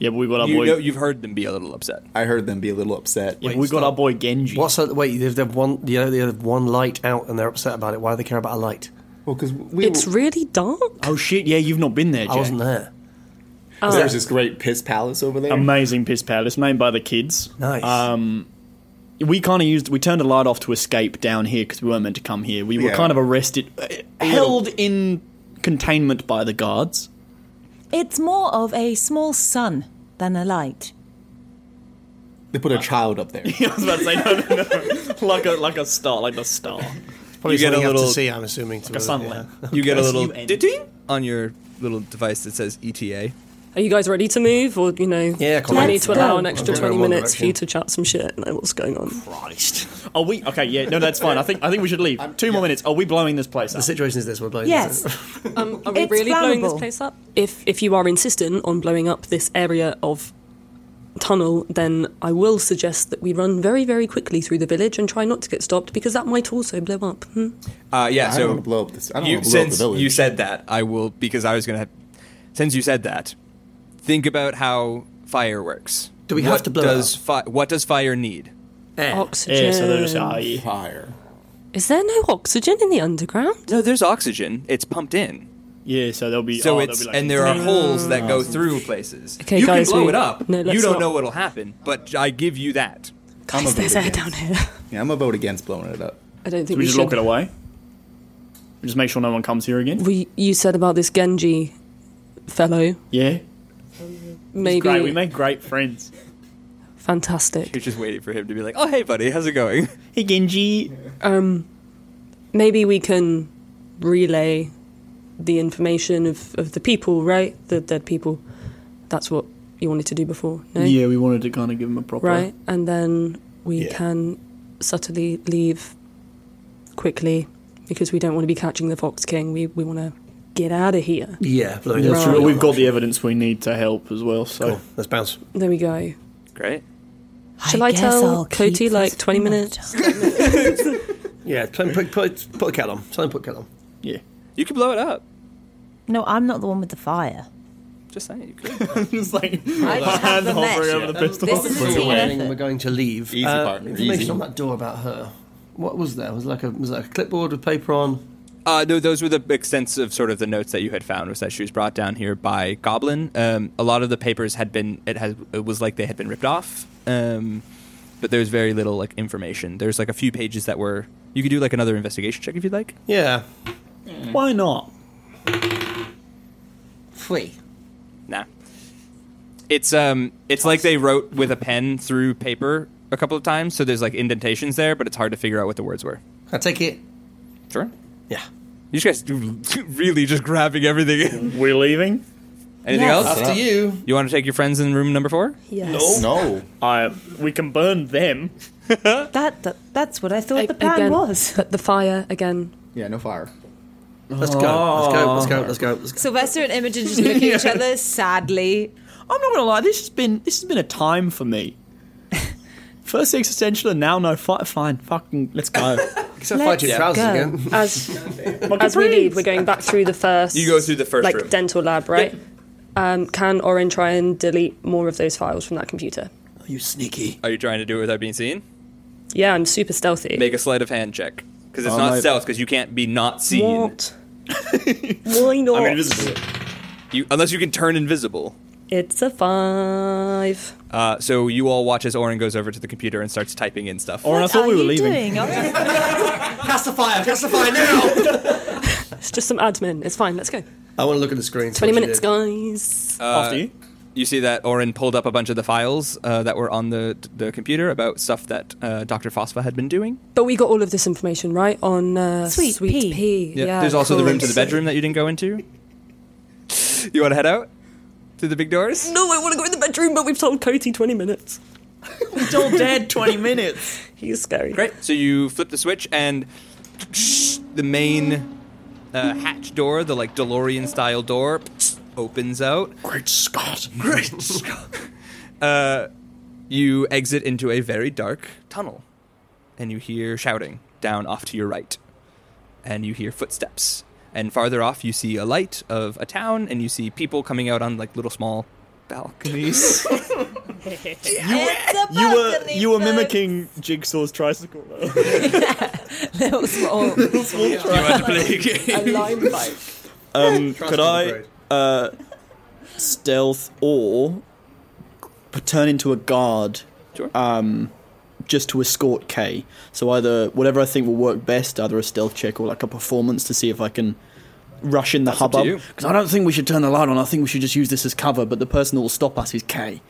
S2: Yeah, but we got our
S1: You
S2: boy.
S1: know, you've heard them be a little upset.
S4: I heard them be a little upset.
S2: yeah,
S5: Wait,
S2: we got
S5: stop.
S2: our boy Genji.
S5: What's that? Wait, they've, they've one. You know, they have one light out, and they're upset about it. Why do they care about a light?
S4: Well, because we
S6: It's really dark.
S2: Oh shit! Yeah, you've not been there, Jack.
S5: I wasn't there.
S4: there's this great piss palace over there.
S2: Amazing piss palace, named by the kids.
S5: Nice.
S1: Um,
S2: We kind of used. We turned a light off to escape down here because we weren't meant to come here. We were
S4: Yeah.
S2: kind of arrested, uh, held in containment by the guards.
S7: It's more of a small sun than a light.
S4: they put a child up there.
S2: I was about to say no, no, no. like a like a star, like the star.
S5: Probably
S1: you get
S5: something
S1: a
S5: you have
S1: little-
S5: to see. I'm assuming to
S2: a
S5: really-
S2: sunlamp.
S5: yeah.
S1: You get a little
S2: S-U-N.
S1: ding on your little device that says E ETA.
S6: Are you guys ready to move, or you know?
S5: Yeah,
S6: Do
S5: come
S6: I
S5: on.
S6: need to
S7: Let's
S6: allow
S7: go.
S6: an extra
S5: Let's go
S6: twenty
S5: in one
S6: minutes for you to
S5: direction.
S6: chat some shit and know what's going on?
S2: Are we okay? Yeah, no, that's fine. I think I think we should leave. Two more minutes. Are we blowing this place
S5: The
S2: up?
S5: situation is this: we're playing.
S7: Yes.
S6: Um, are we
S7: It's
S6: really blowing this
S7: flammable.
S6: place up? If if you are insistent on blowing up this area of tunnel, then I will suggest that we run very very quickly through the village and try not to get stopped because that might also blow up. Hmm?
S1: Uh, yeah,
S4: I
S1: so
S4: don't want to blow up this. I don't
S1: you,
S4: want to blow up the
S1: since
S4: village.
S1: you said that, I will because I was gonna. Have, since you said that, think about how fire works.
S5: Do we have
S1: What
S5: to blow it
S1: does
S5: up? Eh.
S1: Fi- what does fire need?
S6: Oxygen.
S2: Yeah, so they're just oh, yeah.
S4: fire.
S6: Is there no oxygen in the underground?
S1: No, there's oxygen. It's pumped in.
S2: yeah, so they'll be.
S1: So
S2: oh, they'll
S1: it's
S2: be like,
S1: and there are holes that go through places.
S6: Okay,
S1: you
S6: guys,
S1: can blow
S6: we-
S1: it up.
S6: no, let's
S1: you don't
S6: not.
S1: know what'll happen, but I give you that.
S4: I'm a
S6: Guys, there's
S4: vote
S6: air down
S4: against.
S6: here.
S4: Yeah, I'm a vote against blowing it up.
S6: I don't think
S2: We
S6: we,
S2: just
S6: should.
S2: lock it away. We Just make sure no one comes here again.
S6: We you said about this Genji fellow.
S2: Yeah,
S6: Maybe
S2: great. We make great friends.
S6: fantastic.
S1: You're just waiting for him to be like, "Oh, hey, buddy, how's it going?"
S2: Hey, Genji.
S6: maybe we can relay the information of, of the people, right? The dead people. That's what you wanted to do before, no?
S2: Yeah, we wanted to kind of give him a proper.
S6: Right? And then we
S2: Yeah.
S6: can subtly leave quickly because we don't want to be catching the Fox King. We, we want to get out of here.
S5: Yeah, but I mean,
S2: That's
S5: that's
S6: Right.
S2: right.
S5: really
S2: We've got
S5: option.
S2: the evidence we need to help as well. So
S5: Cool. Let's bounce.
S6: There we go.
S1: Great.
S6: Shall I,
S7: guess
S6: tell
S7: I'll keep
S6: Cody like
S7: this
S6: 20
S7: another
S6: minutes?
S5: Yeah, put, put, put, put a kettle on. Tell him to put a kettle on.
S2: yeah,
S1: You could blow it up.
S7: No, I'm not the one with the fire.
S1: Just saying, you could.
S2: just like
S7: I just have the
S2: hovering
S7: mesh.
S2: over the pistol.
S7: This is a team
S5: We're
S7: effort.
S5: going to leave. Uh,
S4: Easy, partner,
S5: Information
S4: easy.
S5: on that door about her. What was there? Was it like a was it like a clipboard with paper on?
S1: uh, no, those were the extensive sort of the notes that you had found was that she was brought down here by Goblin. Um, a lot of the papers had been it has it was like they had been ripped off. Um, but there's very little like information. There's like a few pages that were you could do like another investigation check if you'd like.
S5: Yeah.
S7: Mm.
S2: Why not?
S4: Free.
S1: Nah. It's um it's like they wrote with a pen through paper a couple of times, so there's like indentations there, but it's hard to figure out what the words were.
S5: I take it.
S1: Sure.
S5: Yeah.
S1: You guys do- really just grabbing everything.
S2: We're leaving.
S1: Anything
S7: Yes.
S1: else?
S4: After
S5: you.
S1: You want to take your friends in room number four?
S6: Yes.
S2: oh.
S4: No.
S2: I we can burn them.
S7: That, that that's what I thought
S6: A-
S7: the plan
S6: again,
S7: was.
S6: But the fire again.
S4: Yeah, no fire.
S5: Let's go. Let's go. Let's go. Let's go. Let's go.
S7: Sylvester and Imogen just look at each other sadly.
S2: I'm not gonna lie. This has been this has been a time for me. First existential, and now no. Fi- fine, fucking, let's go.
S5: Except fight your
S7: Let's
S5: trousers
S7: go.
S5: again.
S6: As as we leave, we're going back through the first.
S1: You go through the first
S6: like
S1: room.
S6: dental lab, right? Um, can Orin try and delete more of those files from that computer?
S5: You sneaky.
S1: Are you trying to do it without being seen?
S6: Yeah, I'm super stealthy.
S1: Make a sleight of hand check. Because it's not stealth, because you can't be not seen.
S6: what? Why not?
S1: You, unless you can turn invisible.
S6: It's a five.
S1: Uh, so you all watch as Oren goes over to the computer and starts typing in stuff.
S2: Or I
S7: What
S2: thought
S7: are
S2: we were
S7: you
S2: leaving.
S7: doing? I
S5: Cast the fire. Cast the fire now.
S6: It's just some admin. It's fine. Let's go.
S5: I want to look at the screen. see
S6: Twenty
S5: what you
S6: minutes,
S5: did.
S6: guys.
S2: After you.
S1: You see that Oren pulled up a bunch of the files uh, that were on the, the computer about stuff that uh, Dr. Fosfa had been doing.
S6: but we got all of this information right on uh,
S7: Sweet Pea.
S6: Pea. Yeah.
S1: There's also the room to the
S6: cool.
S1: bedroom that you didn't go into. You want to head out? Through the big doors?
S6: No, I want to go in the bedroom, but we've told Cody twenty minutes.
S2: Still dead. Twenty minutes.
S6: He's scary.
S1: Great. So you flip the switch, and the main uh, hatch door, the like DeLorean style door, opens out.
S2: Great Scott.
S1: Uh, You exit into a very dark tunnel, and you hear shouting down off to your right, and you hear footsteps. And farther off, you see a light of a town, and you see people coming out on like little small balconies.
S7: it's a
S2: You were
S7: balcony,
S2: you were
S7: folks.
S2: mimicking Jigsaw's tricycle.
S7: Little small- a lime bite.
S2: Um, could
S5: me,
S2: I
S5: great.
S2: uh, stealth or p- turn into a guard?
S1: Sure.
S2: Um, just to escort K. So either whatever I think will work best, either a stealth check or like a performance to see if I can rush in the
S1: up to
S2: hubbub.
S1: you.
S2: Because I don't think we should turn the light on. I think we should just use this as cover. But the person that will stop us is K.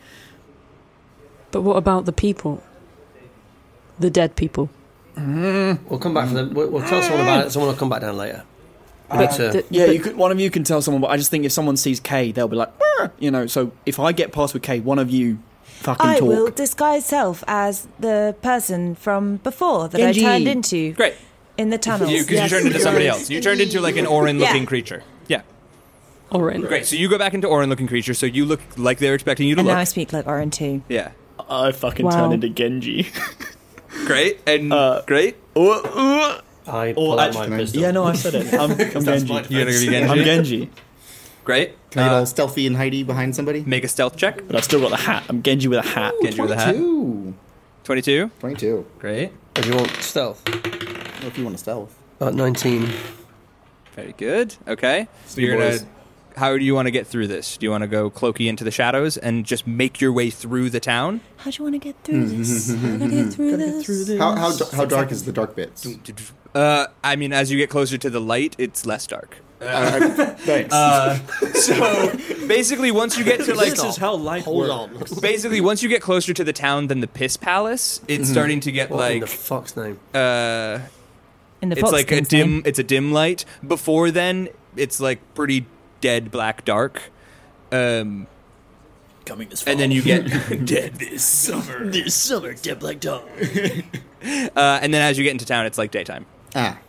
S6: But what about the people? The dead people.
S5: We'll come back for them. We'll, we'll tell someone about it. Someone will come back down later. We
S1: Uh,
S5: need to-
S6: The-
S2: Yeah,
S6: but-
S2: you could, one of you can tell someone, but I just think if someone sees K, they'll be like, "Brr," you know. So if I get past with K, one of you fucking
S7: I
S2: talk.
S7: will disguise self as the person from before that
S2: Genji.
S7: I turned into
S1: Great.
S7: in the tunnels.
S1: You because
S6: Yes.
S1: you turned into somebody else. You turned into like an Orin-looking
S7: Yeah.
S1: creature. Yeah.
S6: Orin.
S1: Great. So you go back into Orin-looking creature. So you look like they're expecting you to
S7: and
S1: look.
S7: now I speak like Orin too.
S1: yeah.
S2: I fucking
S6: Wow.
S2: turn into Genji.
S1: Great and great.
S5: I
S2: Or
S5: pull out
S2: actually-
S5: my pistol.
S2: Yeah, no, I said it. I'm, I'm Genji.
S1: You're gonna be
S2: I'm
S1: Genji.
S2: Genji.
S1: Great.
S4: Can I get
S1: Uh,
S4: all stealthy and hidey behind somebody?
S1: make a stealth check.
S2: But I've still got the hat. I'm Genji with a hat.
S1: Genji with a hat.
S4: 22.
S1: Twenty-two.
S4: 22.
S1: Great.
S5: If you want stealth.
S4: Well, if you want to stealth.
S5: About 19.
S1: Very good. Okay. So
S4: you
S1: you're gonna.
S4: boys.
S1: How do you want to get through this? Do you want to go cloaky into the shadows and just make your way through the town?
S7: How do you want to get through
S2: Mm-hmm.
S7: this? How do you get through this?
S4: How, how, d- how dark is the dark bits?
S1: Uh, I mean, as you get closer to the light, it's less dark.
S4: Thanks.
S2: Uh,
S1: So basically, once you get to like
S2: This is how life works.
S5: on.
S1: basically once you get closer to the town than the piss palace it's starting to get
S5: What in
S1: like
S5: the fuck's name?
S7: In the
S1: it's
S7: Fox
S1: like a
S7: King's
S1: dim
S7: name.
S1: it's a dim light before then it's like pretty dead black dark. Um,
S2: Coming this fall.
S1: and then you get dead this summer.
S2: this summer, Dead Black Dog.
S1: Uh, and then as you get into town, it's like daytime.
S4: Ah.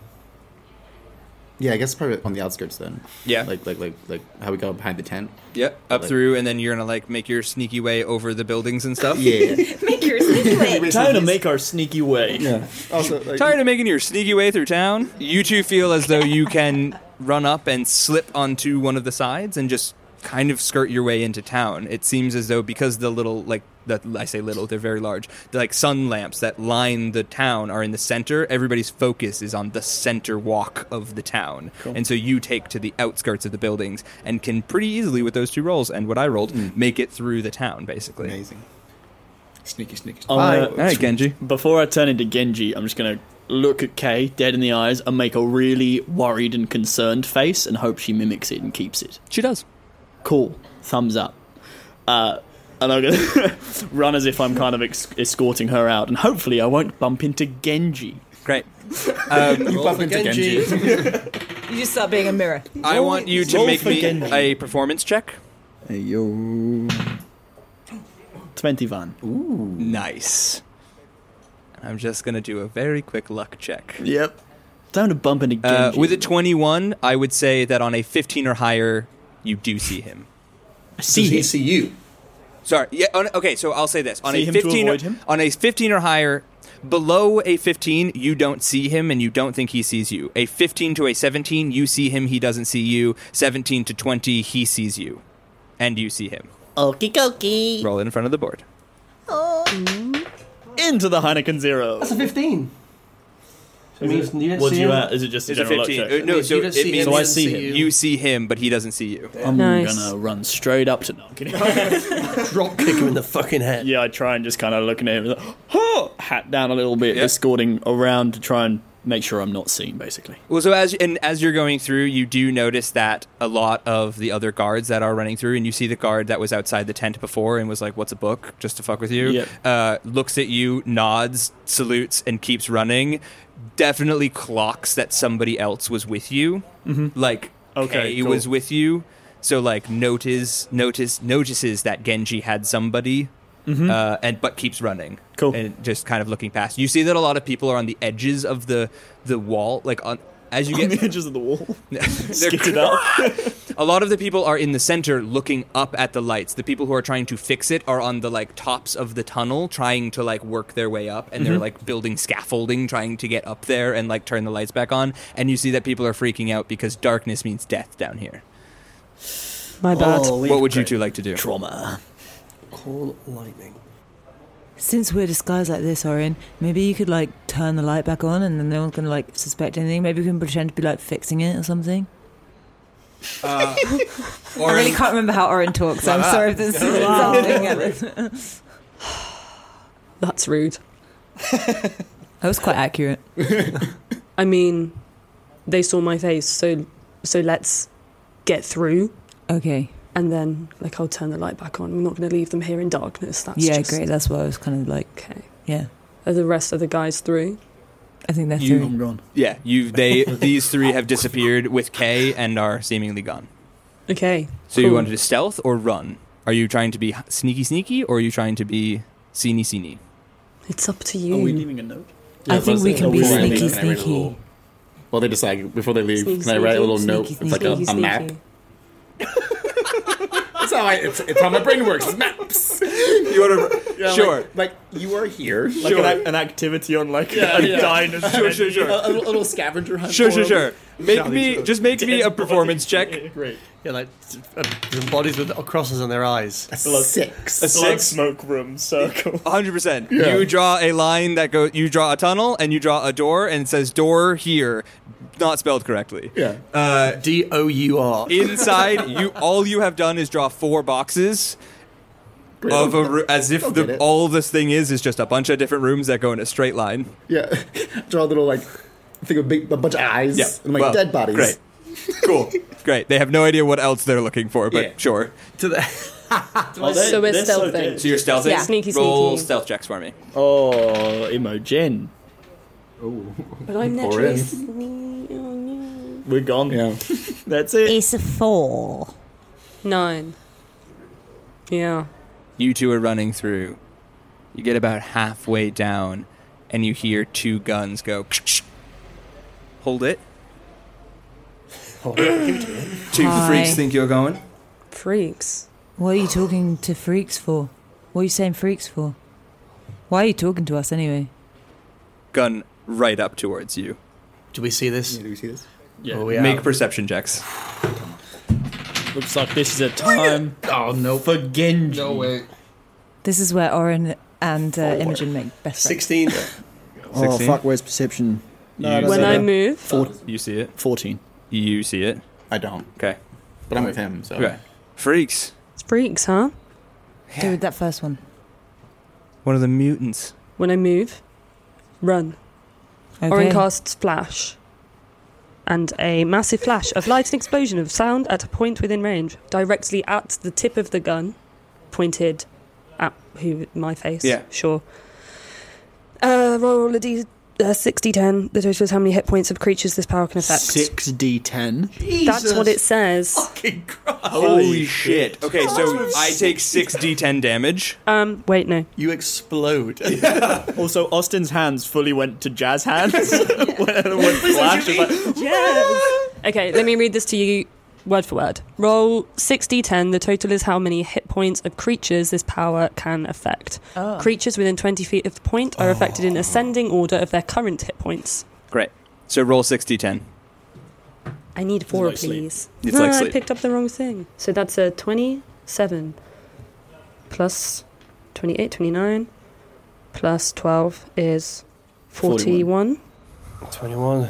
S4: Yeah, I guess probably on the outskirts then.
S1: Yeah.
S4: Like like like like how we go behind the tent.
S1: Yep, up
S4: Like-
S1: through, and then you're gonna like make your sneaky way over the buildings and stuff.
S4: Yeah.
S7: Make your sneaky way.
S2: Time to make our sneaky way.
S4: yeah. Also like
S1: Tired of making your sneaky way through town? You two feel as though you can run up and slip onto one of the sides and just kind of skirt your way into town. It seems as though because the little like that I say little, they're very large. The like sun lamps that line the town are in the center. Everybody's focus is on the center walk of the town. And so you take to the outskirts of the buildings and can pretty easily with those two rolls and what I rolled make it through the town basically.
S4: amazing. Sneaky sneaky.
S2: I'm
S5: Hi.
S2: gonna-
S1: All right, Genji.
S2: Before I turn into Genji, I'm just going to look at Kay dead in the eyes and make a really worried and concerned face and hope she mimics it and keeps it.
S1: She does.
S2: Cool. Thumbs up. Uh, and I'm going to run as if I'm kind of ex- escorting her out, and hopefully I won't bump into Genji.
S1: Great.
S4: you bump into Genji.
S7: You just start being a mirror.
S1: I want you to
S2: roll
S1: make
S2: for
S1: me
S2: Genji.
S1: a performance check.
S4: Hey, yo.
S2: 21.
S1: Nice. I'm just going to do a very quick luck check.
S2: Yep. Time to bump into Genji.
S1: Uh, with a 21, I would say that on a 15 or higher, you do see him.
S2: I see him.
S4: you.
S1: Sorry. Yeah. On, okay. So I'll say this: on
S2: See
S1: a
S2: him to
S1: fifteen, or-
S2: avoid him?
S1: on a fifteen or higher, below a fifteen, you don't see him, and you don't think he sees you. A fifteen to a seventeen, you see him, he doesn't see you. Seventeen to twenty, he sees you, and you see him.
S2: Okie dokie.
S1: Roll it in front of the board.
S2: Into the Heineken Zero.
S5: That's a 15. So it means you didn't
S2: What do
S5: see
S2: you
S5: him.
S2: at? Is it just a
S1: It's a
S2: general
S1: fifteen.
S2: luck
S1: Uh,
S2: check?
S1: no.
S5: Means
S1: So
S5: you don't
S1: it
S5: see him,
S1: means
S2: So I
S5: he
S2: see
S5: doesn't
S2: him.
S1: you see him, but he doesn't see you.
S2: I'm
S6: Nice.
S2: gonna run straight up to. No, I'm kidding.
S5: drop kick him in the fucking head.
S2: Yeah, I try and just kind of looking at him, like, "Huh," hat down a little bit,
S1: Yeah.
S2: escorting around to try and make sure I'm not seen, basically.
S1: Well, so as and as you're going through, you do notice that a lot of the other guards that are running through, and you see the guard that was outside the tent before and was like, "What's a book?" just to fuck with you.
S2: Yep.
S1: Uh, looks at you, nods, salutes, and keeps running. Definitely clocks that somebody else was with you. Mm-hmm. Like,
S2: Okay,
S1: okay,
S2: cool.
S1: was with you. So like notice notice notices that Genji had somebody, uh, and but keeps running.
S2: Cool.
S1: And just kind of looking past. You see that a lot of people are on the edges of the the wall, like on as you
S2: On
S1: get
S2: the edges of the wall,
S1: they're-
S2: skittered up.
S1: a lot of the people are in the center looking up at the lights. The people who are trying to fix it are on the like tops of the tunnel trying to like work their way up and they're like building scaffolding trying to get up there and like turn the lights back on and you see that people are freaking out because darkness means death down here.
S6: My bad.
S1: what would you two like to do?
S2: Trauma.
S5: Call lightning.
S7: Since we're disguised like this, Orion, maybe you could like turn the light back on, and then no one's gonna like suspect anything. Maybe we can pretend to be like fixing it or something.
S6: Uh,
S7: I really can't remember how Orion talks. so I'm sorry if this is something.
S6: That's rude.
S7: That was quite accurate.
S6: I mean, they saw my face, so so let's get through,
S7: Okay.
S6: and then like I'll turn the light back on. We're not going to leave them here in darkness. That's
S7: yeah,
S6: just,
S7: great. That's what I was kind of like.
S6: Okay.
S7: Yeah,
S6: Are the rest of the guys through?
S7: I think that's
S1: You-
S7: it.
S2: I'm gone.
S1: Yeah, you they these three have disappeared with Kay and are seemingly gone.
S6: Okay.
S1: So you
S6: cool.
S1: want to do stealth or run? Are you trying to be sneaky sneaky or are you trying to be seeny seeny?
S6: It's up to you.
S2: Are Oh, we leaving a note?
S7: I think we can
S4: Oh,
S7: be
S4: before I leave,
S7: sneaky,
S4: can I write a
S7: sneaky.
S4: little- Well, they decide before they leave.
S6: Sneaky,
S4: can I write a little
S6: sneaky,
S4: note?
S6: sneaky,
S4: it's like
S6: sneaky,
S4: a, a map.
S6: sneaky.
S4: That's how I. It's, it's how my brain works. It's maps.
S1: You want to Sure.
S4: Like, like, you are here.
S2: Like
S1: Sure.
S2: an, an activity on like a dinosaur.
S1: sure.
S4: a, a little scavenger hunt.
S1: Sure,
S4: for
S1: sure,
S4: them.
S1: sure. Make me just make me a performance check.
S2: Great.
S5: Yeah, like uh, bodies with crosses on their eyes.
S4: Six.
S2: Blood
S1: Six.
S2: smoke room circle.
S1: 100%. You draw a line that goes you draw a tunnel and you draw a door and it says door here not spelled correctly.
S4: Yeah.
S5: D O U R.
S1: Inside, you all you have done is draw four boxes of a ru- as if
S4: get
S1: the,
S4: it.
S1: all this thing is is just a bunch of different rooms that go in a straight line.
S4: yeah. Draw a little like. Think of big, a bunch of eyes.
S1: Yeah.
S4: And like
S1: Well,
S4: dead bodies.
S1: great. Cool. Great. They have no idea what else they're looking for, but
S4: Yeah.
S1: sure.
S5: To the
S6: So we're stealthing.
S1: So you're stealthy.
S6: Yeah. Sneaky,
S1: Roll
S6: sneaky.
S1: stealth checks for me.
S2: oh, Imogen.
S6: But I'm
S4: Or
S6: naturally
S4: in.
S6: sneaky.
S2: We're gone.
S4: Yeah.
S2: That's it.
S8: It's a four.
S6: Nine. Yeah.
S1: You two are running through. You get about halfway down, and you hear two guns go. Hold it. Two
S7: Hi.
S1: freaks think you're going.
S6: Freaks.
S7: What are you talking to freaks for? What are you saying freaks for? Why are you talking to us anyway?
S1: Gun right up towards you.
S5: Do we see this?
S4: Do we see this?
S2: Yeah.
S5: Or are we
S1: Make
S5: out?
S1: perception checks.
S2: Looks like this is a time
S4: Oh no!
S2: for Genji.
S4: No way!
S7: This is where Oren and uh, Imogen make best friends.
S5: 16.
S1: Oh, 16? fuck,
S2: where's perception? No,
S1: You-
S2: I don't
S6: When
S2: know
S6: I
S2: that.
S6: move,
S2: Four-
S1: You see it.
S2: 14.
S1: You see it.
S4: I don't,
S1: Okay.
S4: but I'm with him. So
S1: Okay. Freaks.
S6: it's freaks, huh?
S7: Dude, that first one.
S1: One of the mutants.
S6: When I move, run.
S7: Okay.
S6: Orin casts flash. And a massive flash of light and explosion of sound at a point within range, directly at the tip of the gun, pointed at who my face.
S1: Yeah.
S6: Sure. Uh, roll a d uh, 60 10 that shows how many hit points of creatures this power can affect.
S2: 6d10.
S6: That's what it says.
S1: Holy, shit. Okay, so I take 6d10 damage.
S6: Um, wait, no.
S5: You explode.
S2: Also, Austin's hands fully went to jazz hands. when it went flash, it's like,
S6: Yes. okay, let me read this to you word for word. Roll 6d10. The total is how many hit points of creatures this power can affect.
S7: Oh.
S6: Creatures within 20 feet of the point are affected
S2: Oh.
S6: in ascending order of their current hit points.
S1: Great. So roll 6d10.
S6: I need four,
S2: like sleep.
S6: please.
S1: It's
S6: no,
S1: like
S6: I
S1: sleep.
S6: picked up the wrong thing. So that's a 27 plus 28, 29 plus 12 is 41.
S5: 21.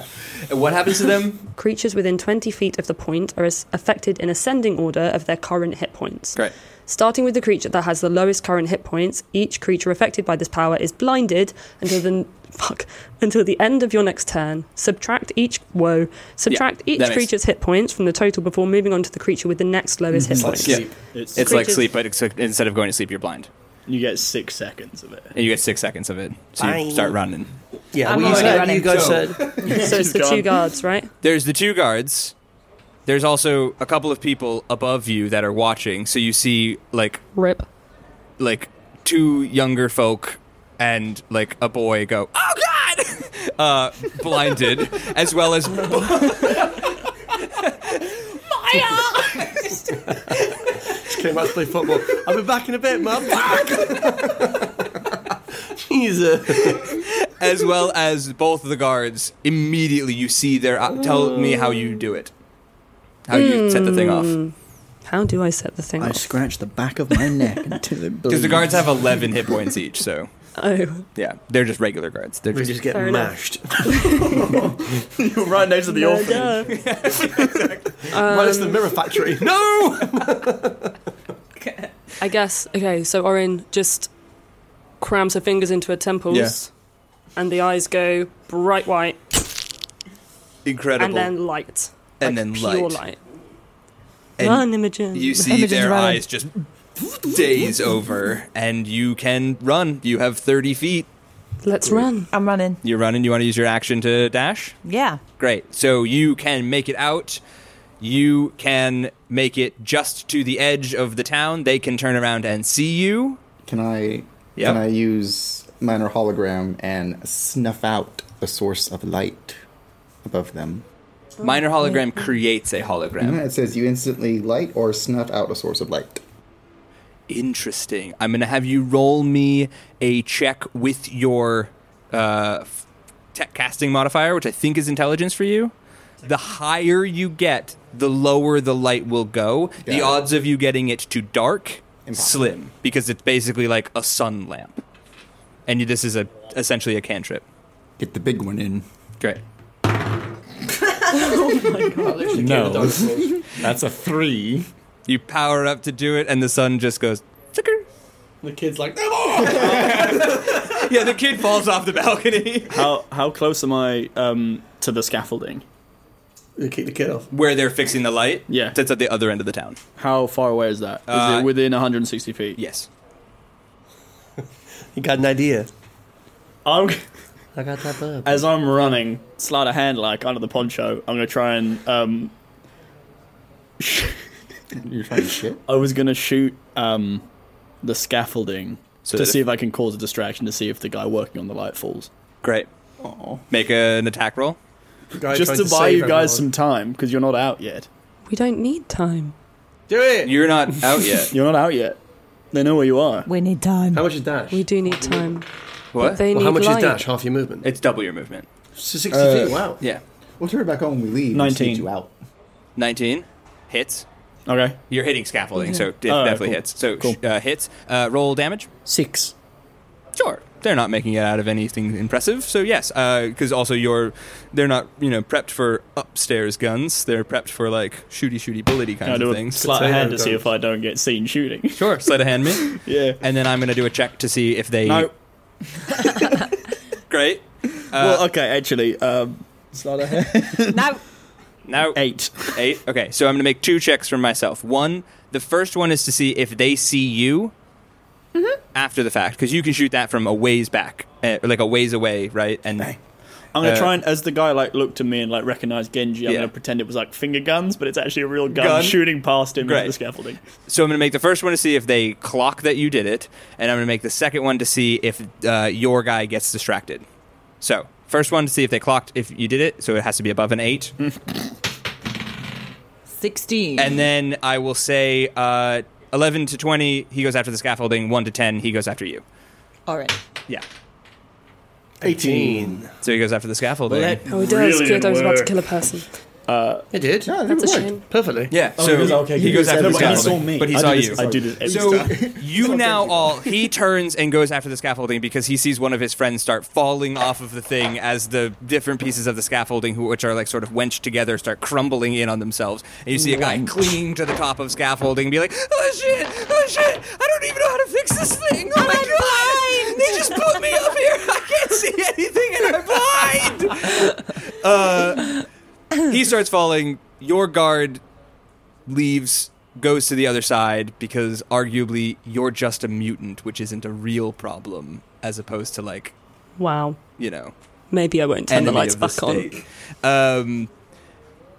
S1: What happens to them?
S6: Creatures within 20 feet of the point are as affected in ascending order of their current hit points.
S1: Great.
S6: Starting with the creature that has the lowest current hit points, each creature affected by this power is blinded until the fuck until the end of your next turn. Subtract each whoa, subtract
S1: that
S6: each
S1: makes-
S6: creature's hit points from the total before moving on to the creature with the next lowest hit points.
S1: Yeah.
S2: it's,
S1: It's like
S6: Creatures-
S1: sleep, but except- instead of going to sleep, you're blind.
S2: you get six seconds of it.
S1: And you get six seconds of it. So you
S5: Fine.
S1: start running.
S5: Yeah,
S7: I'm
S5: well, you,
S7: already
S5: said,
S7: running.
S5: you guys
S4: So-
S5: said.
S6: So it's the
S2: Gone.
S6: two guards, right?
S1: There's the two guards. There's also a couple of people above you that are watching. So you see, like,
S6: Rip.
S1: like two younger folk and like a boy go, "Oh God!" uh, blinded, as well as
S5: Came out to play football. I'll be back in a bit, man. Jesus.
S1: as well as both of the guards. Immediately, you see their. uh, tell me how you do it. How you set the thing off?
S6: Hmm. How do I set the thing
S3: I
S6: off?
S3: scratch the back of my neck until it bleeds.
S1: Because the guards have eleven hit points each, so
S6: Oh,
S1: yeah, they're just regular guards. They're
S5: We
S1: just
S5: just get
S6: Fair enough.
S5: mashed.
S2: You're right next to the orphanage.
S6: duh.
S5: right next to the mirror factory.
S1: Um,
S5: No!
S6: I guess. Okay, so Orin just crams her fingers into her temples, and the eyes go bright white,
S1: incredible.
S6: and then light,
S1: And
S6: Like
S1: then
S6: pure
S1: light.
S6: light.
S1: And
S6: Run, Imogen.
S1: You see
S7: Imogen's
S1: their
S7: running.
S1: eyes just daze over, and you can run. You have thirty feet.
S6: Let's run.
S7: I'm running.
S1: You're running. You want to use your action to dash?
S7: Yeah.
S1: Great. So you can make it out. You can make it just to the edge of the town. They can turn around and see you.
S4: Can I?
S1: Yeah.
S4: Can I use minor hologram and snuff out the source of light above them?
S1: Minor hologram creates a hologram.
S4: It says you instantly light or snuff out a source of light.
S1: Interesting. I'm going to have you roll me a check with your uh, f- tech casting modifier, which I think is intelligence for you. The higher you get, the lower the light will go. the
S4: it.
S1: odds of you getting it to dark
S4: Impossible.
S1: slim because it's basically like a sun lamp, and you- this is a essentially a cantrip.
S4: Get the big one in.
S1: Great.
S5: Oh
S4: No, that's a three.
S1: You power up to do it, and the sun just goes. "Ticker."
S5: The kid's like,
S1: Yeah, the kid falls off the balcony
S2: How, how close am I um, to the scaffolding?
S5: You kick the kid off.
S1: where they're fixing the light.
S2: Yeah.
S1: that's at the other end of the town.
S2: How far away is that? Is
S1: Uh,
S2: it within 160 feet?
S1: Yes.
S5: You got an idea.
S2: I'm,
S5: I got that burp.
S2: As I'm running, sleight of hand like under the poncho, I'm gonna try and um,
S4: You're trying to shit.
S2: I was gonna shoot um, the scaffolding
S1: So
S2: to
S1: that-
S2: see if I can cause a distraction to see if the guy working on the light falls.
S1: Great. Make an attack roll.
S5: Guy
S2: Just to
S5: trying
S2: buy
S5: save
S2: you guys
S5: everyone.
S2: some time because you're not out yet.
S6: We don't need time.
S5: Do it.
S1: You're not out yet.
S2: You're not out yet. They know where you are.
S7: We need time.
S5: How much is dash?
S6: We do need time. But
S1: what?
S6: they
S5: well,
S6: need
S5: how much
S6: light.
S5: is dash? Half your movement.
S1: It's double your movement.
S5: So sixty
S4: Uh,
S5: feet. Wow.
S1: Yeah.
S4: We'll turn back on when we leave. and
S2: Nineteen.
S4: sneak You out.
S1: 19 hits.
S2: Okay.
S1: You're hitting scaffolding, so it
S2: All right,
S1: definitely
S2: cool.
S1: hits. So
S2: Cool.
S1: sh- uh, hits. Uh, roll damage.
S2: Six.
S1: Sure. They're not making it out of anything impressive, so yes. Because also you're, they're not you know prepped for upstairs guns. They're prepped for like shooty shooty bullety
S2: Can I
S1: kinds
S2: do
S1: of
S2: a
S1: things.
S2: sleight of
S5: Potato
S2: hand to see
S5: guns.
S2: if I don't get seen shooting?
S1: sure. Sleight of hand me.
S2: yeah.
S1: And then I'm going to do a check to see if they.
S2: No.
S1: Great. Uh,
S2: well, okay, actually, um, sleight of hand.
S7: now,
S1: now
S2: Eight.
S1: Eight. Okay, so I'm going to make two checks for myself. One, the first one is to see if they see you
S2: Mm-hmm.
S1: after the fact, because you can shoot that from a ways back, uh, or like a ways away, right? And
S2: I'm gonna
S1: Uh,
S2: try and as the guy like looked at me and like recognized Genji, I'm
S1: Yeah.
S2: gonna pretend it was like finger guns, but it's actually a real gun,
S1: Gun.
S2: shooting past him at
S1: Great.
S2: the scaffolding.
S1: so I'm going to make the first one to see if they clock that you did it, and I'm going to make the second one to see if uh, your guy gets distracted. So first one to see if they clocked if you did it, so it has to be above an eight,
S7: 16.
S1: and then I will say uh, eleven to twenty, he goes after the scaffolding. One to ten, he goes after you.
S7: All right.
S1: Yeah.
S5: Eighteen.
S1: So he goes after the scaffolding.
S6: Oh, it does.
S2: Really
S6: Good. I was about to
S2: work.
S6: kill a person.
S5: It did.
S6: That's a shame.
S5: Perfectly.
S1: Yeah, so Oh, he
S2: good.
S1: goes after
S2: No,
S1: the
S2: but he
S1: scaffolding,
S2: saw me.
S1: but he
S2: I
S1: saw
S2: did
S1: you.
S2: this- I did it. every
S1: So
S2: time.
S1: you now all he turns and goes after the scaffolding because he sees one of his friends start falling off of the thing as the different pieces of the scaffolding, who, which are like sort of wenched together, start crumbling in on themselves. And you see a guy clinging to the top of scaffolding and be like, "Oh shit! Oh shit! I don't even know how to fix this thing! Oh my god! They just put me up here! I can't see anything and I'm blind!" Uh, he starts falling. Your guard leaves, goes to the other side because arguably you're just a mutant, which isn't a real problem as opposed to like
S6: Wow.
S1: you know
S6: Maybe I won't turn the
S1: enemy
S6: lights
S1: of the
S6: back on.
S1: state. Um,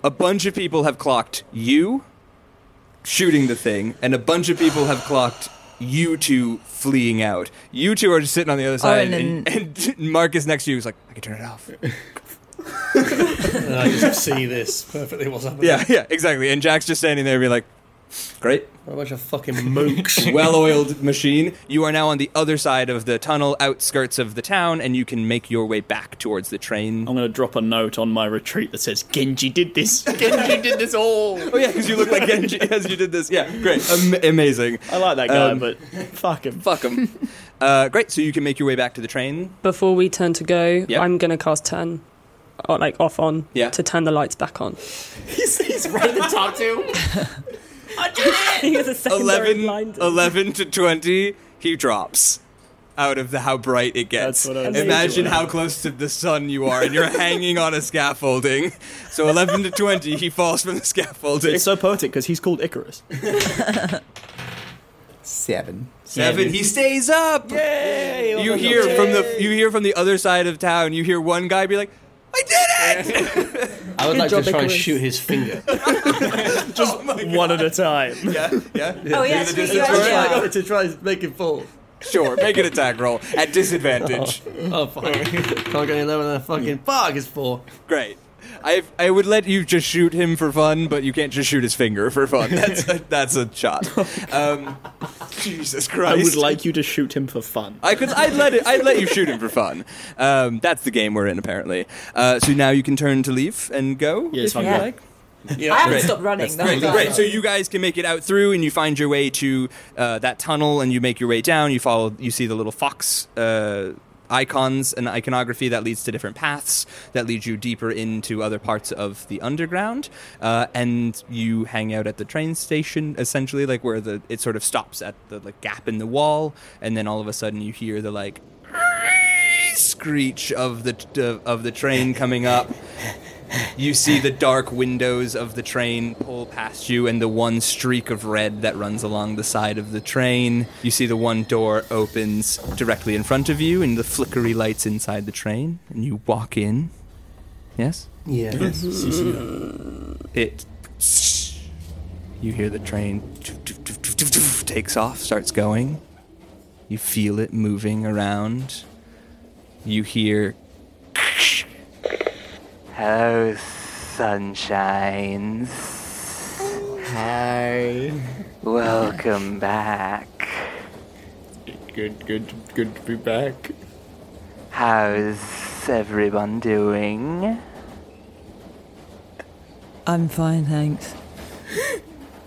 S1: a bunch of people have clocked you shooting the thing, and a bunch of people have clocked you two fleeing out. You two are just sitting on the other
S6: Oh,
S1: side,
S7: and
S1: and, and Marcus next to you is like, "I can turn it off."
S5: And I just see this perfectly. What's happening?
S1: yeah, yeah, exactly. And Jack's just standing there, be like, "Great."
S5: What a bunch of fucking mooks.
S1: well-oiled machine. You are now on the other side of the tunnel, outskirts of the town, and you can make your way back towards the train.
S2: I'm gonna drop a note on my retreat that says Genji did this. Genji did this all.
S1: Oh yeah, because you look like Genji as you did this. Yeah, great, Am- amazing.
S2: I like that guy,
S1: Um,
S2: but fuck him.
S1: Fuck them. uh, great, so you can make your way back to the train.
S6: Before we turn to go,
S1: Yep.
S6: I'm gonna cast turn, or like off on,
S1: Yeah.
S6: to turn the lights back on.
S2: He's, he's right at the top too.
S6: You're the secondary
S1: 11,
S6: blinded.
S1: 11 to twenty, he drops. Out of the how bright it gets.
S2: That's what I was
S1: Imagine
S2: thinking.
S1: how close to the sun you are, and you're hanging on a scaffolding. So eleven to twenty, he falls from the scaffolding.
S2: It's so poetic because he's called Icarus.
S4: Seven.
S1: Seven. He stays up. Yay! You hear from the you hear from the other side of town. You hear one guy be like, "I did it!"
S5: I would like
S6: job,
S5: to try and
S6: Icarus.
S5: shoot his finger.
S2: Just one at a time.
S1: yeah, yeah.
S7: Oh, yeah,
S1: the
S7: sweet,
S1: distance
S7: you actually
S1: right?
S7: are.
S5: to try and make him fall.
S1: Sure. Make an attack roll at disadvantage.
S5: Oh fuck! Can't go any lower than a fucking fuck. It's four.
S1: Great. I I would let you just shoot him for fun, but you can't just shoot his finger for fun. That's a, that's a shot. Um, Jesus
S2: I
S1: Christ.
S2: would like you to shoot him for fun.
S1: I could. I'd let it. I'd let you shoot him for fun. Um, that's the game we're in, apparently. Uh, so now you can turn to leave and go.
S2: Yes, yeah.
S7: Yeah. I haven't
S1: Great.
S7: stopped running. the whole
S1: Great,
S7: time.
S1: great. So you guys can make it out through, and you find your way to uh, that tunnel, and you make your way down. You follow. You see the little fox uh, icons and iconography that leads to different paths that lead you deeper into other parts of the underground, uh, and you hang out at the train station, essentially, like where the it sort of stops at the like gap in the wall, and then all of a sudden you hear the like screech of the of the train coming up You see the dark windows of the train pull past you and the one streak of red that runs along the side of the train. You see the one door opens directly in front of you and the flickery lights inside the train, and you walk in. Yes?
S5: Yeah.
S1: It. You hear the train takes off, starts going. You feel it moving around. You hear. Hello, sunshines.
S4: Hi.
S1: Welcome back.
S4: Good, good, good to be back.
S1: How's everyone doing?
S7: I'm fine, thanks.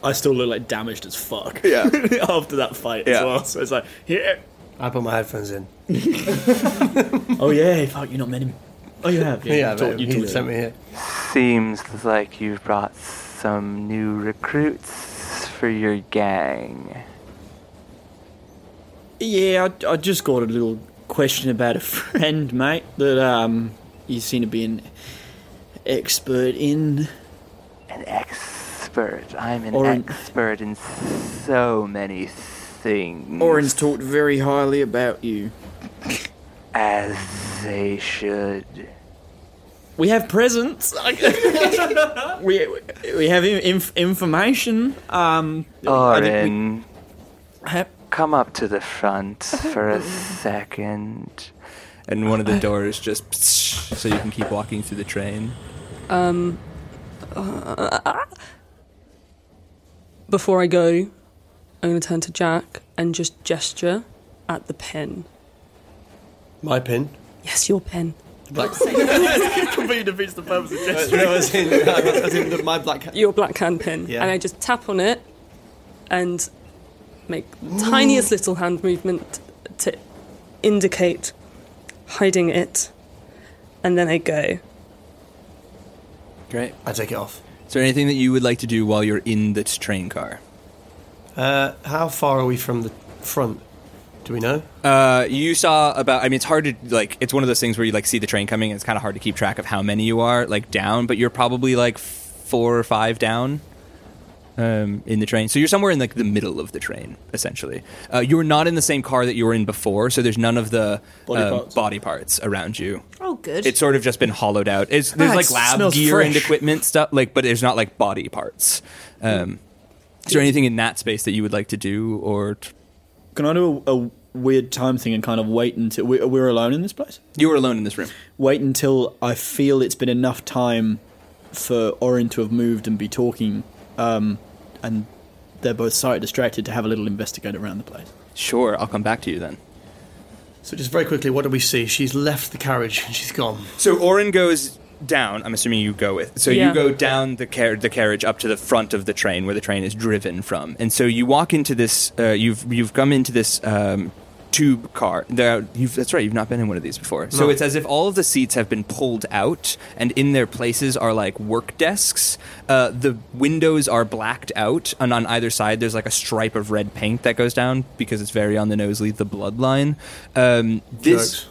S2: I still look like damaged as fuck.
S1: Yeah.
S2: After that fight as
S1: Yeah.
S2: well. So it's like, yeah.
S5: I put my headphones in.
S2: Oh yeah, fuck, you not met him. Oh, you have.
S5: Yeah,
S2: you talked-
S5: but
S2: you
S5: he
S2: talked to
S5: sent
S2: him.
S5: me here.
S1: Seems like you've brought some new recruits for your gang.
S2: Yeah, I, I just got a little question about a friend, mate, that um you seem to be an expert in.
S1: An expert. I'm an
S2: Or an-
S1: expert in so many things.
S2: Orin's talked very highly about you.
S1: As they should.
S2: We have presents. we we have in, inf- information. Um, I think we-
S1: Orin,
S2: Hap-
S1: come up to the front for a second. And one of the doors just so you can keep walking through the train.
S6: Before I go, I'm going to turn to Jack and just gesture at the pin.
S5: My pin.
S6: Yes, your pin.
S5: Completely defeats the purpose of gesture. I was in, I was in the, my black hat.
S6: Your black hand pin.
S5: Yeah.
S6: And I just tap on it and make the tiniest little hand movement to indicate hiding it. And then I go.
S1: Great.
S5: I take it off.
S1: Is there anything that you would like to do while you're in this train car?
S5: Uh, how far are we from the front? Do we know?
S1: Uh, you saw about. I mean, it's hard to like. It's one of those things where you like see the train coming. and It's kind of hard to keep track of how many you are like down, but you're probably like four or five down um, in the train. So you're somewhere in like the middle of the train, essentially. Uh, you're not in the same car that you were in before, so there's none of the
S2: Body
S1: um,
S2: parts.
S1: body parts around you.
S7: Oh, good.
S1: It's sort of just been hollowed out. It's, there's
S2: Ah,
S1: like
S2: it
S1: lab
S2: smells
S1: gear and
S2: fresh.
S1: equipment stuff, like, but there's not like body parts. Um, is there anything in that space that you would like to do, or t-
S2: Can I do a, a weird time thing and kind of wait until we, we're alone in this place?
S1: you were alone in this room?
S2: Wait until I feel it's been enough time for Orin to have moved and be talking, um, and they're both slightly distracted to have a little investigate around the place.
S1: Sure, I'll come back to you then.
S5: So just very quickly, what do we see? She's left the carriage and she's gone.
S1: So Orin goes down. I'm assuming you go with. So
S6: Yeah.
S1: you go down the car- the carriage up to the front of the train where the train is driven from, and so you walk into this. Uh, you've you've come into this. Um, Tube car. There, you've, that's right. You've not been in one of these before, so
S5: No.
S1: it's as if all of the seats have been pulled out, and in their places are like work desks. Uh, the windows are blacked out, and on either side there's like a stripe of red paint that goes down because it's very on the nose. Leave the bloodline. Um, this
S5: Jokes.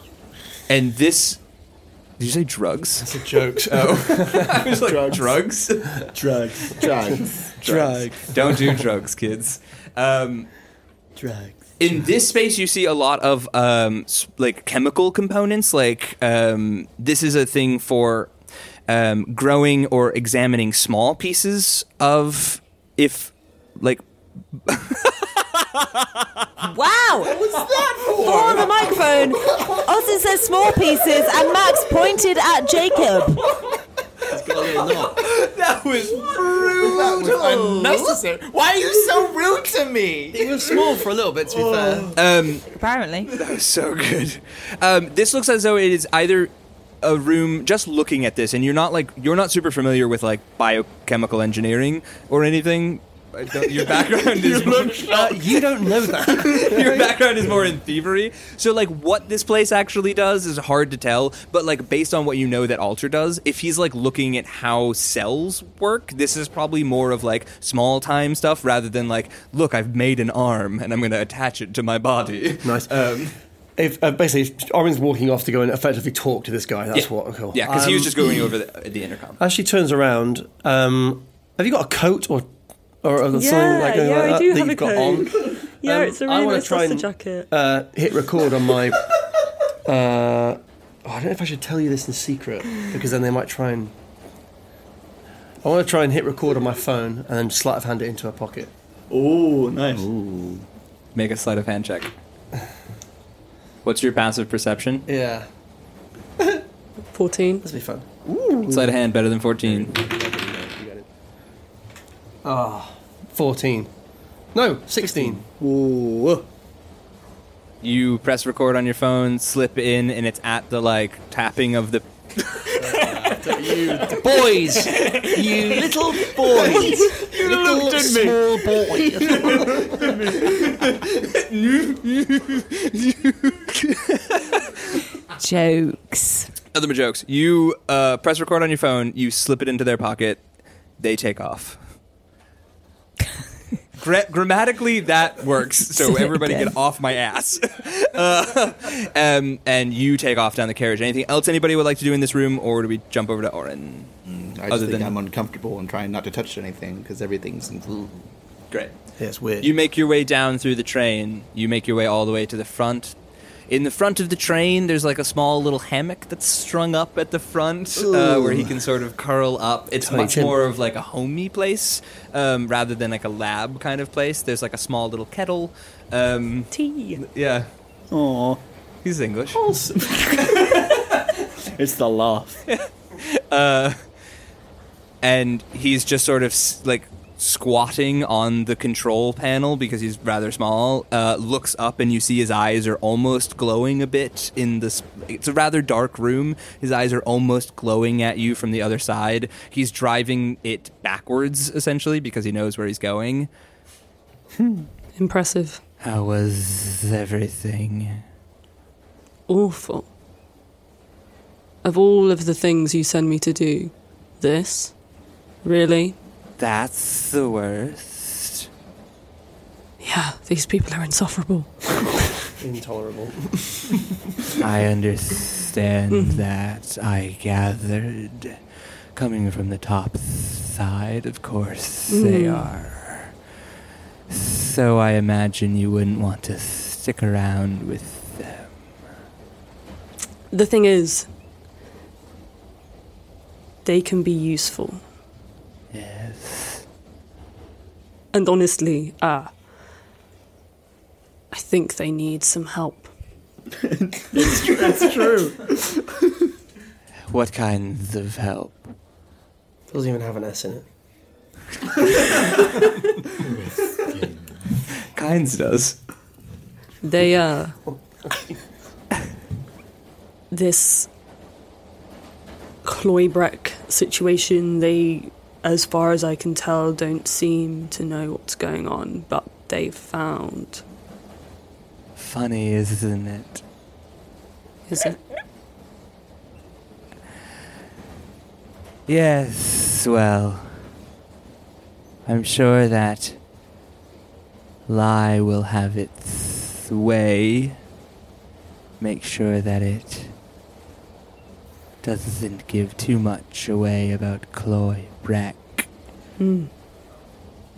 S1: and this. Did you say drugs?
S5: It's a joke. Oh.
S1: I was like, drugs?
S2: Drugs,
S4: Drugs.
S2: drugs,
S1: Don't do drugs, kids. Um,
S2: drugs.
S1: in this space, you see a lot of um, s- like chemical components. Like um, this is a thing for um, growing or examining small pieces of if like
S7: Wow! What was that for? the microphone. Austin says small pieces, and Max pointed at Jacob.
S1: that was rude.
S4: Unnecessary. Why are you so rude to me?
S5: It was small for a little bit, to be fair.
S7: Apparently.
S1: so good. Um, this looks as though it is either a room just looking at this and you're not like you're not super familiar with like biochemical engineering or anything I don't- your background is more,
S5: Uh, you don't know that.
S1: your background is more in thievery so like what this place actually does is hard to tell but like based on what you know that alter does if he's like looking at how cells work this is probably more of like small time stuff rather than like look i've made an arm and i'm going to attach it to my body
S5: nice. if uh, basically Orin's walking off to go and effectively talk to this guy. That's
S1: yeah.
S5: what. Cool.
S1: Yeah, because he was
S5: Um,
S1: just going over the, the intercom.
S5: As she turns around, um, have you got a coat or or something
S6: Yeah,
S5: like going
S6: yeah,
S5: like
S6: I
S5: that,
S6: do
S5: that you've
S6: have a
S5: got
S6: coat.
S5: on?
S6: Yeah,
S5: Um,
S6: it's a
S5: I
S6: really
S5: wanna
S6: nice
S5: try
S6: duster
S5: and-
S6: jacket.
S5: Uh, hit record on my. uh, oh, I don't know if I should tell you this in secret because then they might try and. I want to try and hit record on my phone and then sleight of hand it into her pocket.
S2: Oh, nice.
S1: Make a sleight of hand check. What's your passive perception?
S5: Yeah,
S6: 14.
S5: this will be fun.
S1: Sleight of hand better than 14.
S5: Fourteen, no, sixteen.
S2: Ooh.
S1: You press record on your phone, slip in, and it's at the like tapping of the.
S4: Boys, you little boys, you little small boy.
S7: Jokes.
S1: Other than jokes. You uh, press record on your phone, you slip it into their pocket, they take off. Gra- grammatically, that works. So
S7: Slip
S1: everybody
S7: in.
S1: get off my ass. uh, um, and you take off down the carriage. Anything else anybody would like to do in this room, or do we jump over to Oren?
S4: I
S1: Other
S4: just think
S1: than-
S4: I'm uncomfortable and trying not to touch anything because everything's. Ooh.
S1: Great.
S5: Yeah, it's weird.
S1: You make your way down through the train. You make your way all the way to the front. In the front of the train, there's like a small little hammock that's strung up at the front uh, where he can sort of curl up. It's much
S5: Titan.
S1: more of like a homey place um, rather than like a lab kind of place. There's like a small little kettle. Um,
S6: Tea.
S1: yeah,
S2: Aw.
S1: he's English.
S2: It's the laugh.
S1: and he's just sort of s- like squatting on the control panel because he's rather small uh, looks up and you see his eyes are almost glowing a bit in this it's a rather dark room his eyes are almost glowing at you from the other side he's driving it backwards essentially because he knows where he's going
S6: Impressive.
S1: how was everything
S6: Awful. Of all of the things you send me to do, this? Really?
S1: that's the worst
S6: Yeah, these people are insufferable.
S5: Intolerable.
S1: I understand that. I gathered. Coming from the top side, of course, they are. So I imagine you wouldn't want to stick around with them.
S6: The thing is, they can be useful.
S1: Yes.
S6: And honestly, ah, I think they need some help.
S2: That's true.
S1: What kinds of help?
S5: Doesn't even have an S in it.
S1: Kinds does.
S6: They uh this Cloybreck situation, they as far as I can tell don't seem to know what's going on, but they've found
S1: Funny, isn't it?
S6: is it
S1: Yes, well, I'm sure that lie will have its way. Make sure that it doesn't give too much away about Cloy Brack.
S6: Hmm.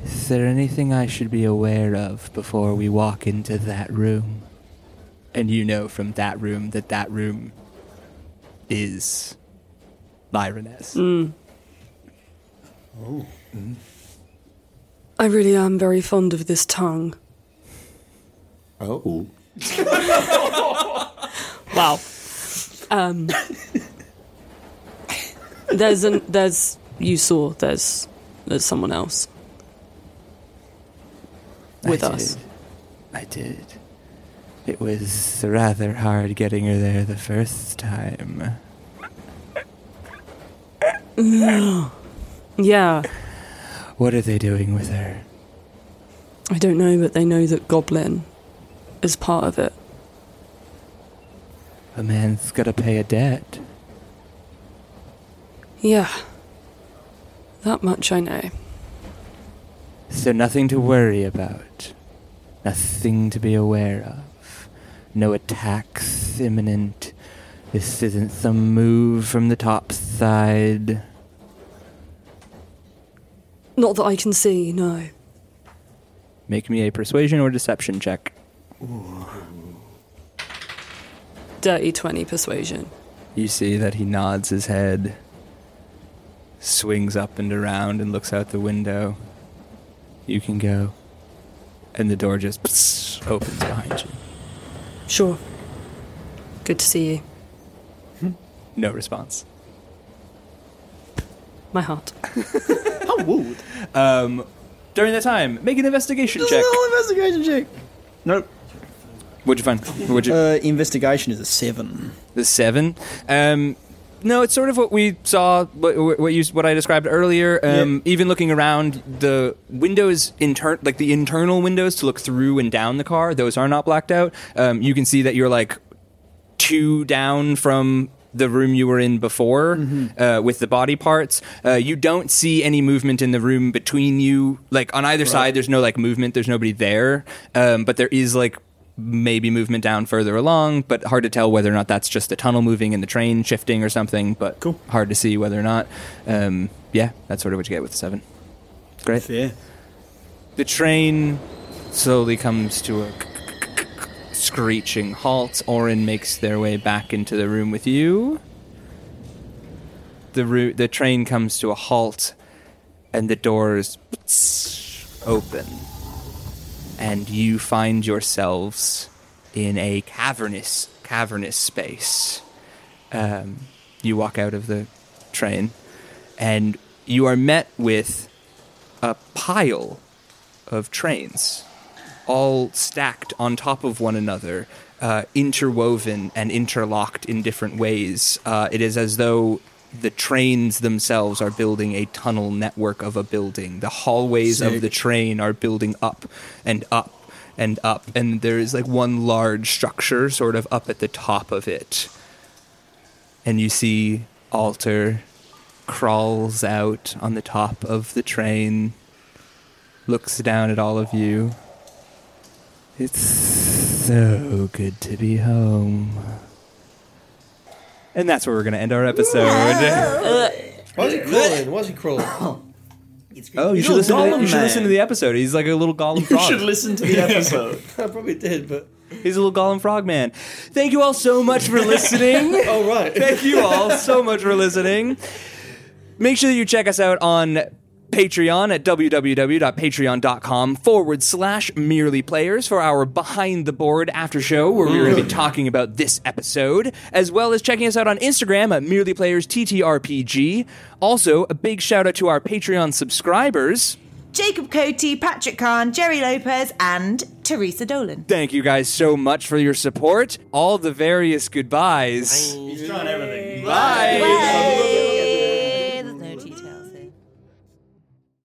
S1: Is there anything I should be aware of before we walk into that room? And you know from that room that that room is Lyraness.
S6: I really am very fond of this tongue.
S4: Oh,
S6: Wow. Um, there's an there's you saw there's there's someone else with
S1: I
S6: us.
S1: Did. I did. It was rather hard getting her there the first time.
S6: Yeah,
S1: What are they doing with her?
S6: I don't know, but they know that Goblin is part of it.
S1: A man's gotta pay a debt.
S6: Yeah, that much I know.
S1: So nothing to worry about. Nothing to be aware of. No attacks imminent. This isn't some move from the top side.
S6: Not that I can see, no.
S1: Make me a persuasion or deception check.
S6: Dirty 20 persuasion.
S1: You see that he nods his head, swings up and around, and looks out the window. You can go. And the door just opens behind you.
S6: Sure. Good to see you.
S1: No response.
S6: My heart.
S2: How would?
S1: Um, during that time, make an investigation check.
S2: investigation check. Nope.
S1: What'd you find? What'd you?
S2: Uh, investigation is a seven.
S1: the seven. Um, no, it's sort of what we saw, what, what you, what I described earlier. Um, Even looking around, the windows inter- like the internal windows to look through and down the car, those are not blacked out. Um, you can see that you're like two down from the room you were in before uh, with the body parts. Uh, you don't see any movement in the room between you. Like on either side, there's no like movement. There's nobody there, um, but there is like maybe movement down further along, but hard to tell whether or not that's just the tunnel moving and the train shifting or something. But
S2: Cool.
S1: hard to see whether or not. Um, yeah, that's sort of what you get with the seven. Great.
S2: Fair.
S1: The train slowly comes to a screeching halt. Orin makes their way back into the room with you. The ru- the train comes to a halt, and the doors open, and you find yourselves in a cavernous cavernous space. Um, you walk out of the train, and you are met with a pile of trains, all stacked on top of one another, uh, interwoven and interlocked in different ways. Uh, it is as though the trains themselves are building a tunnel network of a building. The hallways of
S2: Sick.
S1: the train are building up and up and up, and there is like one large structure sort of up at the top of it. And you see Alter crawls out on the top of the train looks down at all of you. It's so good to be home. And that's where we're going to end our episode.
S5: Why's he crawling? Why's he crawling?
S1: oh, you should,
S2: You're
S1: listen to the,
S2: Gollum
S1: you should
S2: Man.
S1: listen to the episode. He's like a little golem
S2: You
S1: frog.
S2: should listen to the episode.
S5: I probably did, but
S1: He's a little golem frog man. Thank you all so much for listening.
S5: oh right.
S1: Thank you all so much for listening. Make sure that you check us out on Patreon at www.patreon.com forward slash merely players for our behind the board after show where we're going to be talking about this episode, as well as checking us out on Instagram at merely players TTRPG. Also, a big shout out to our Patreon subscribers.
S8: Jacob Cote, Patrick Kahn, Jerry Lopez, and Teresa Dolan.
S1: Thank you guys so much for your support. All the various goodbyes.
S2: He's trying everything.
S1: Bye.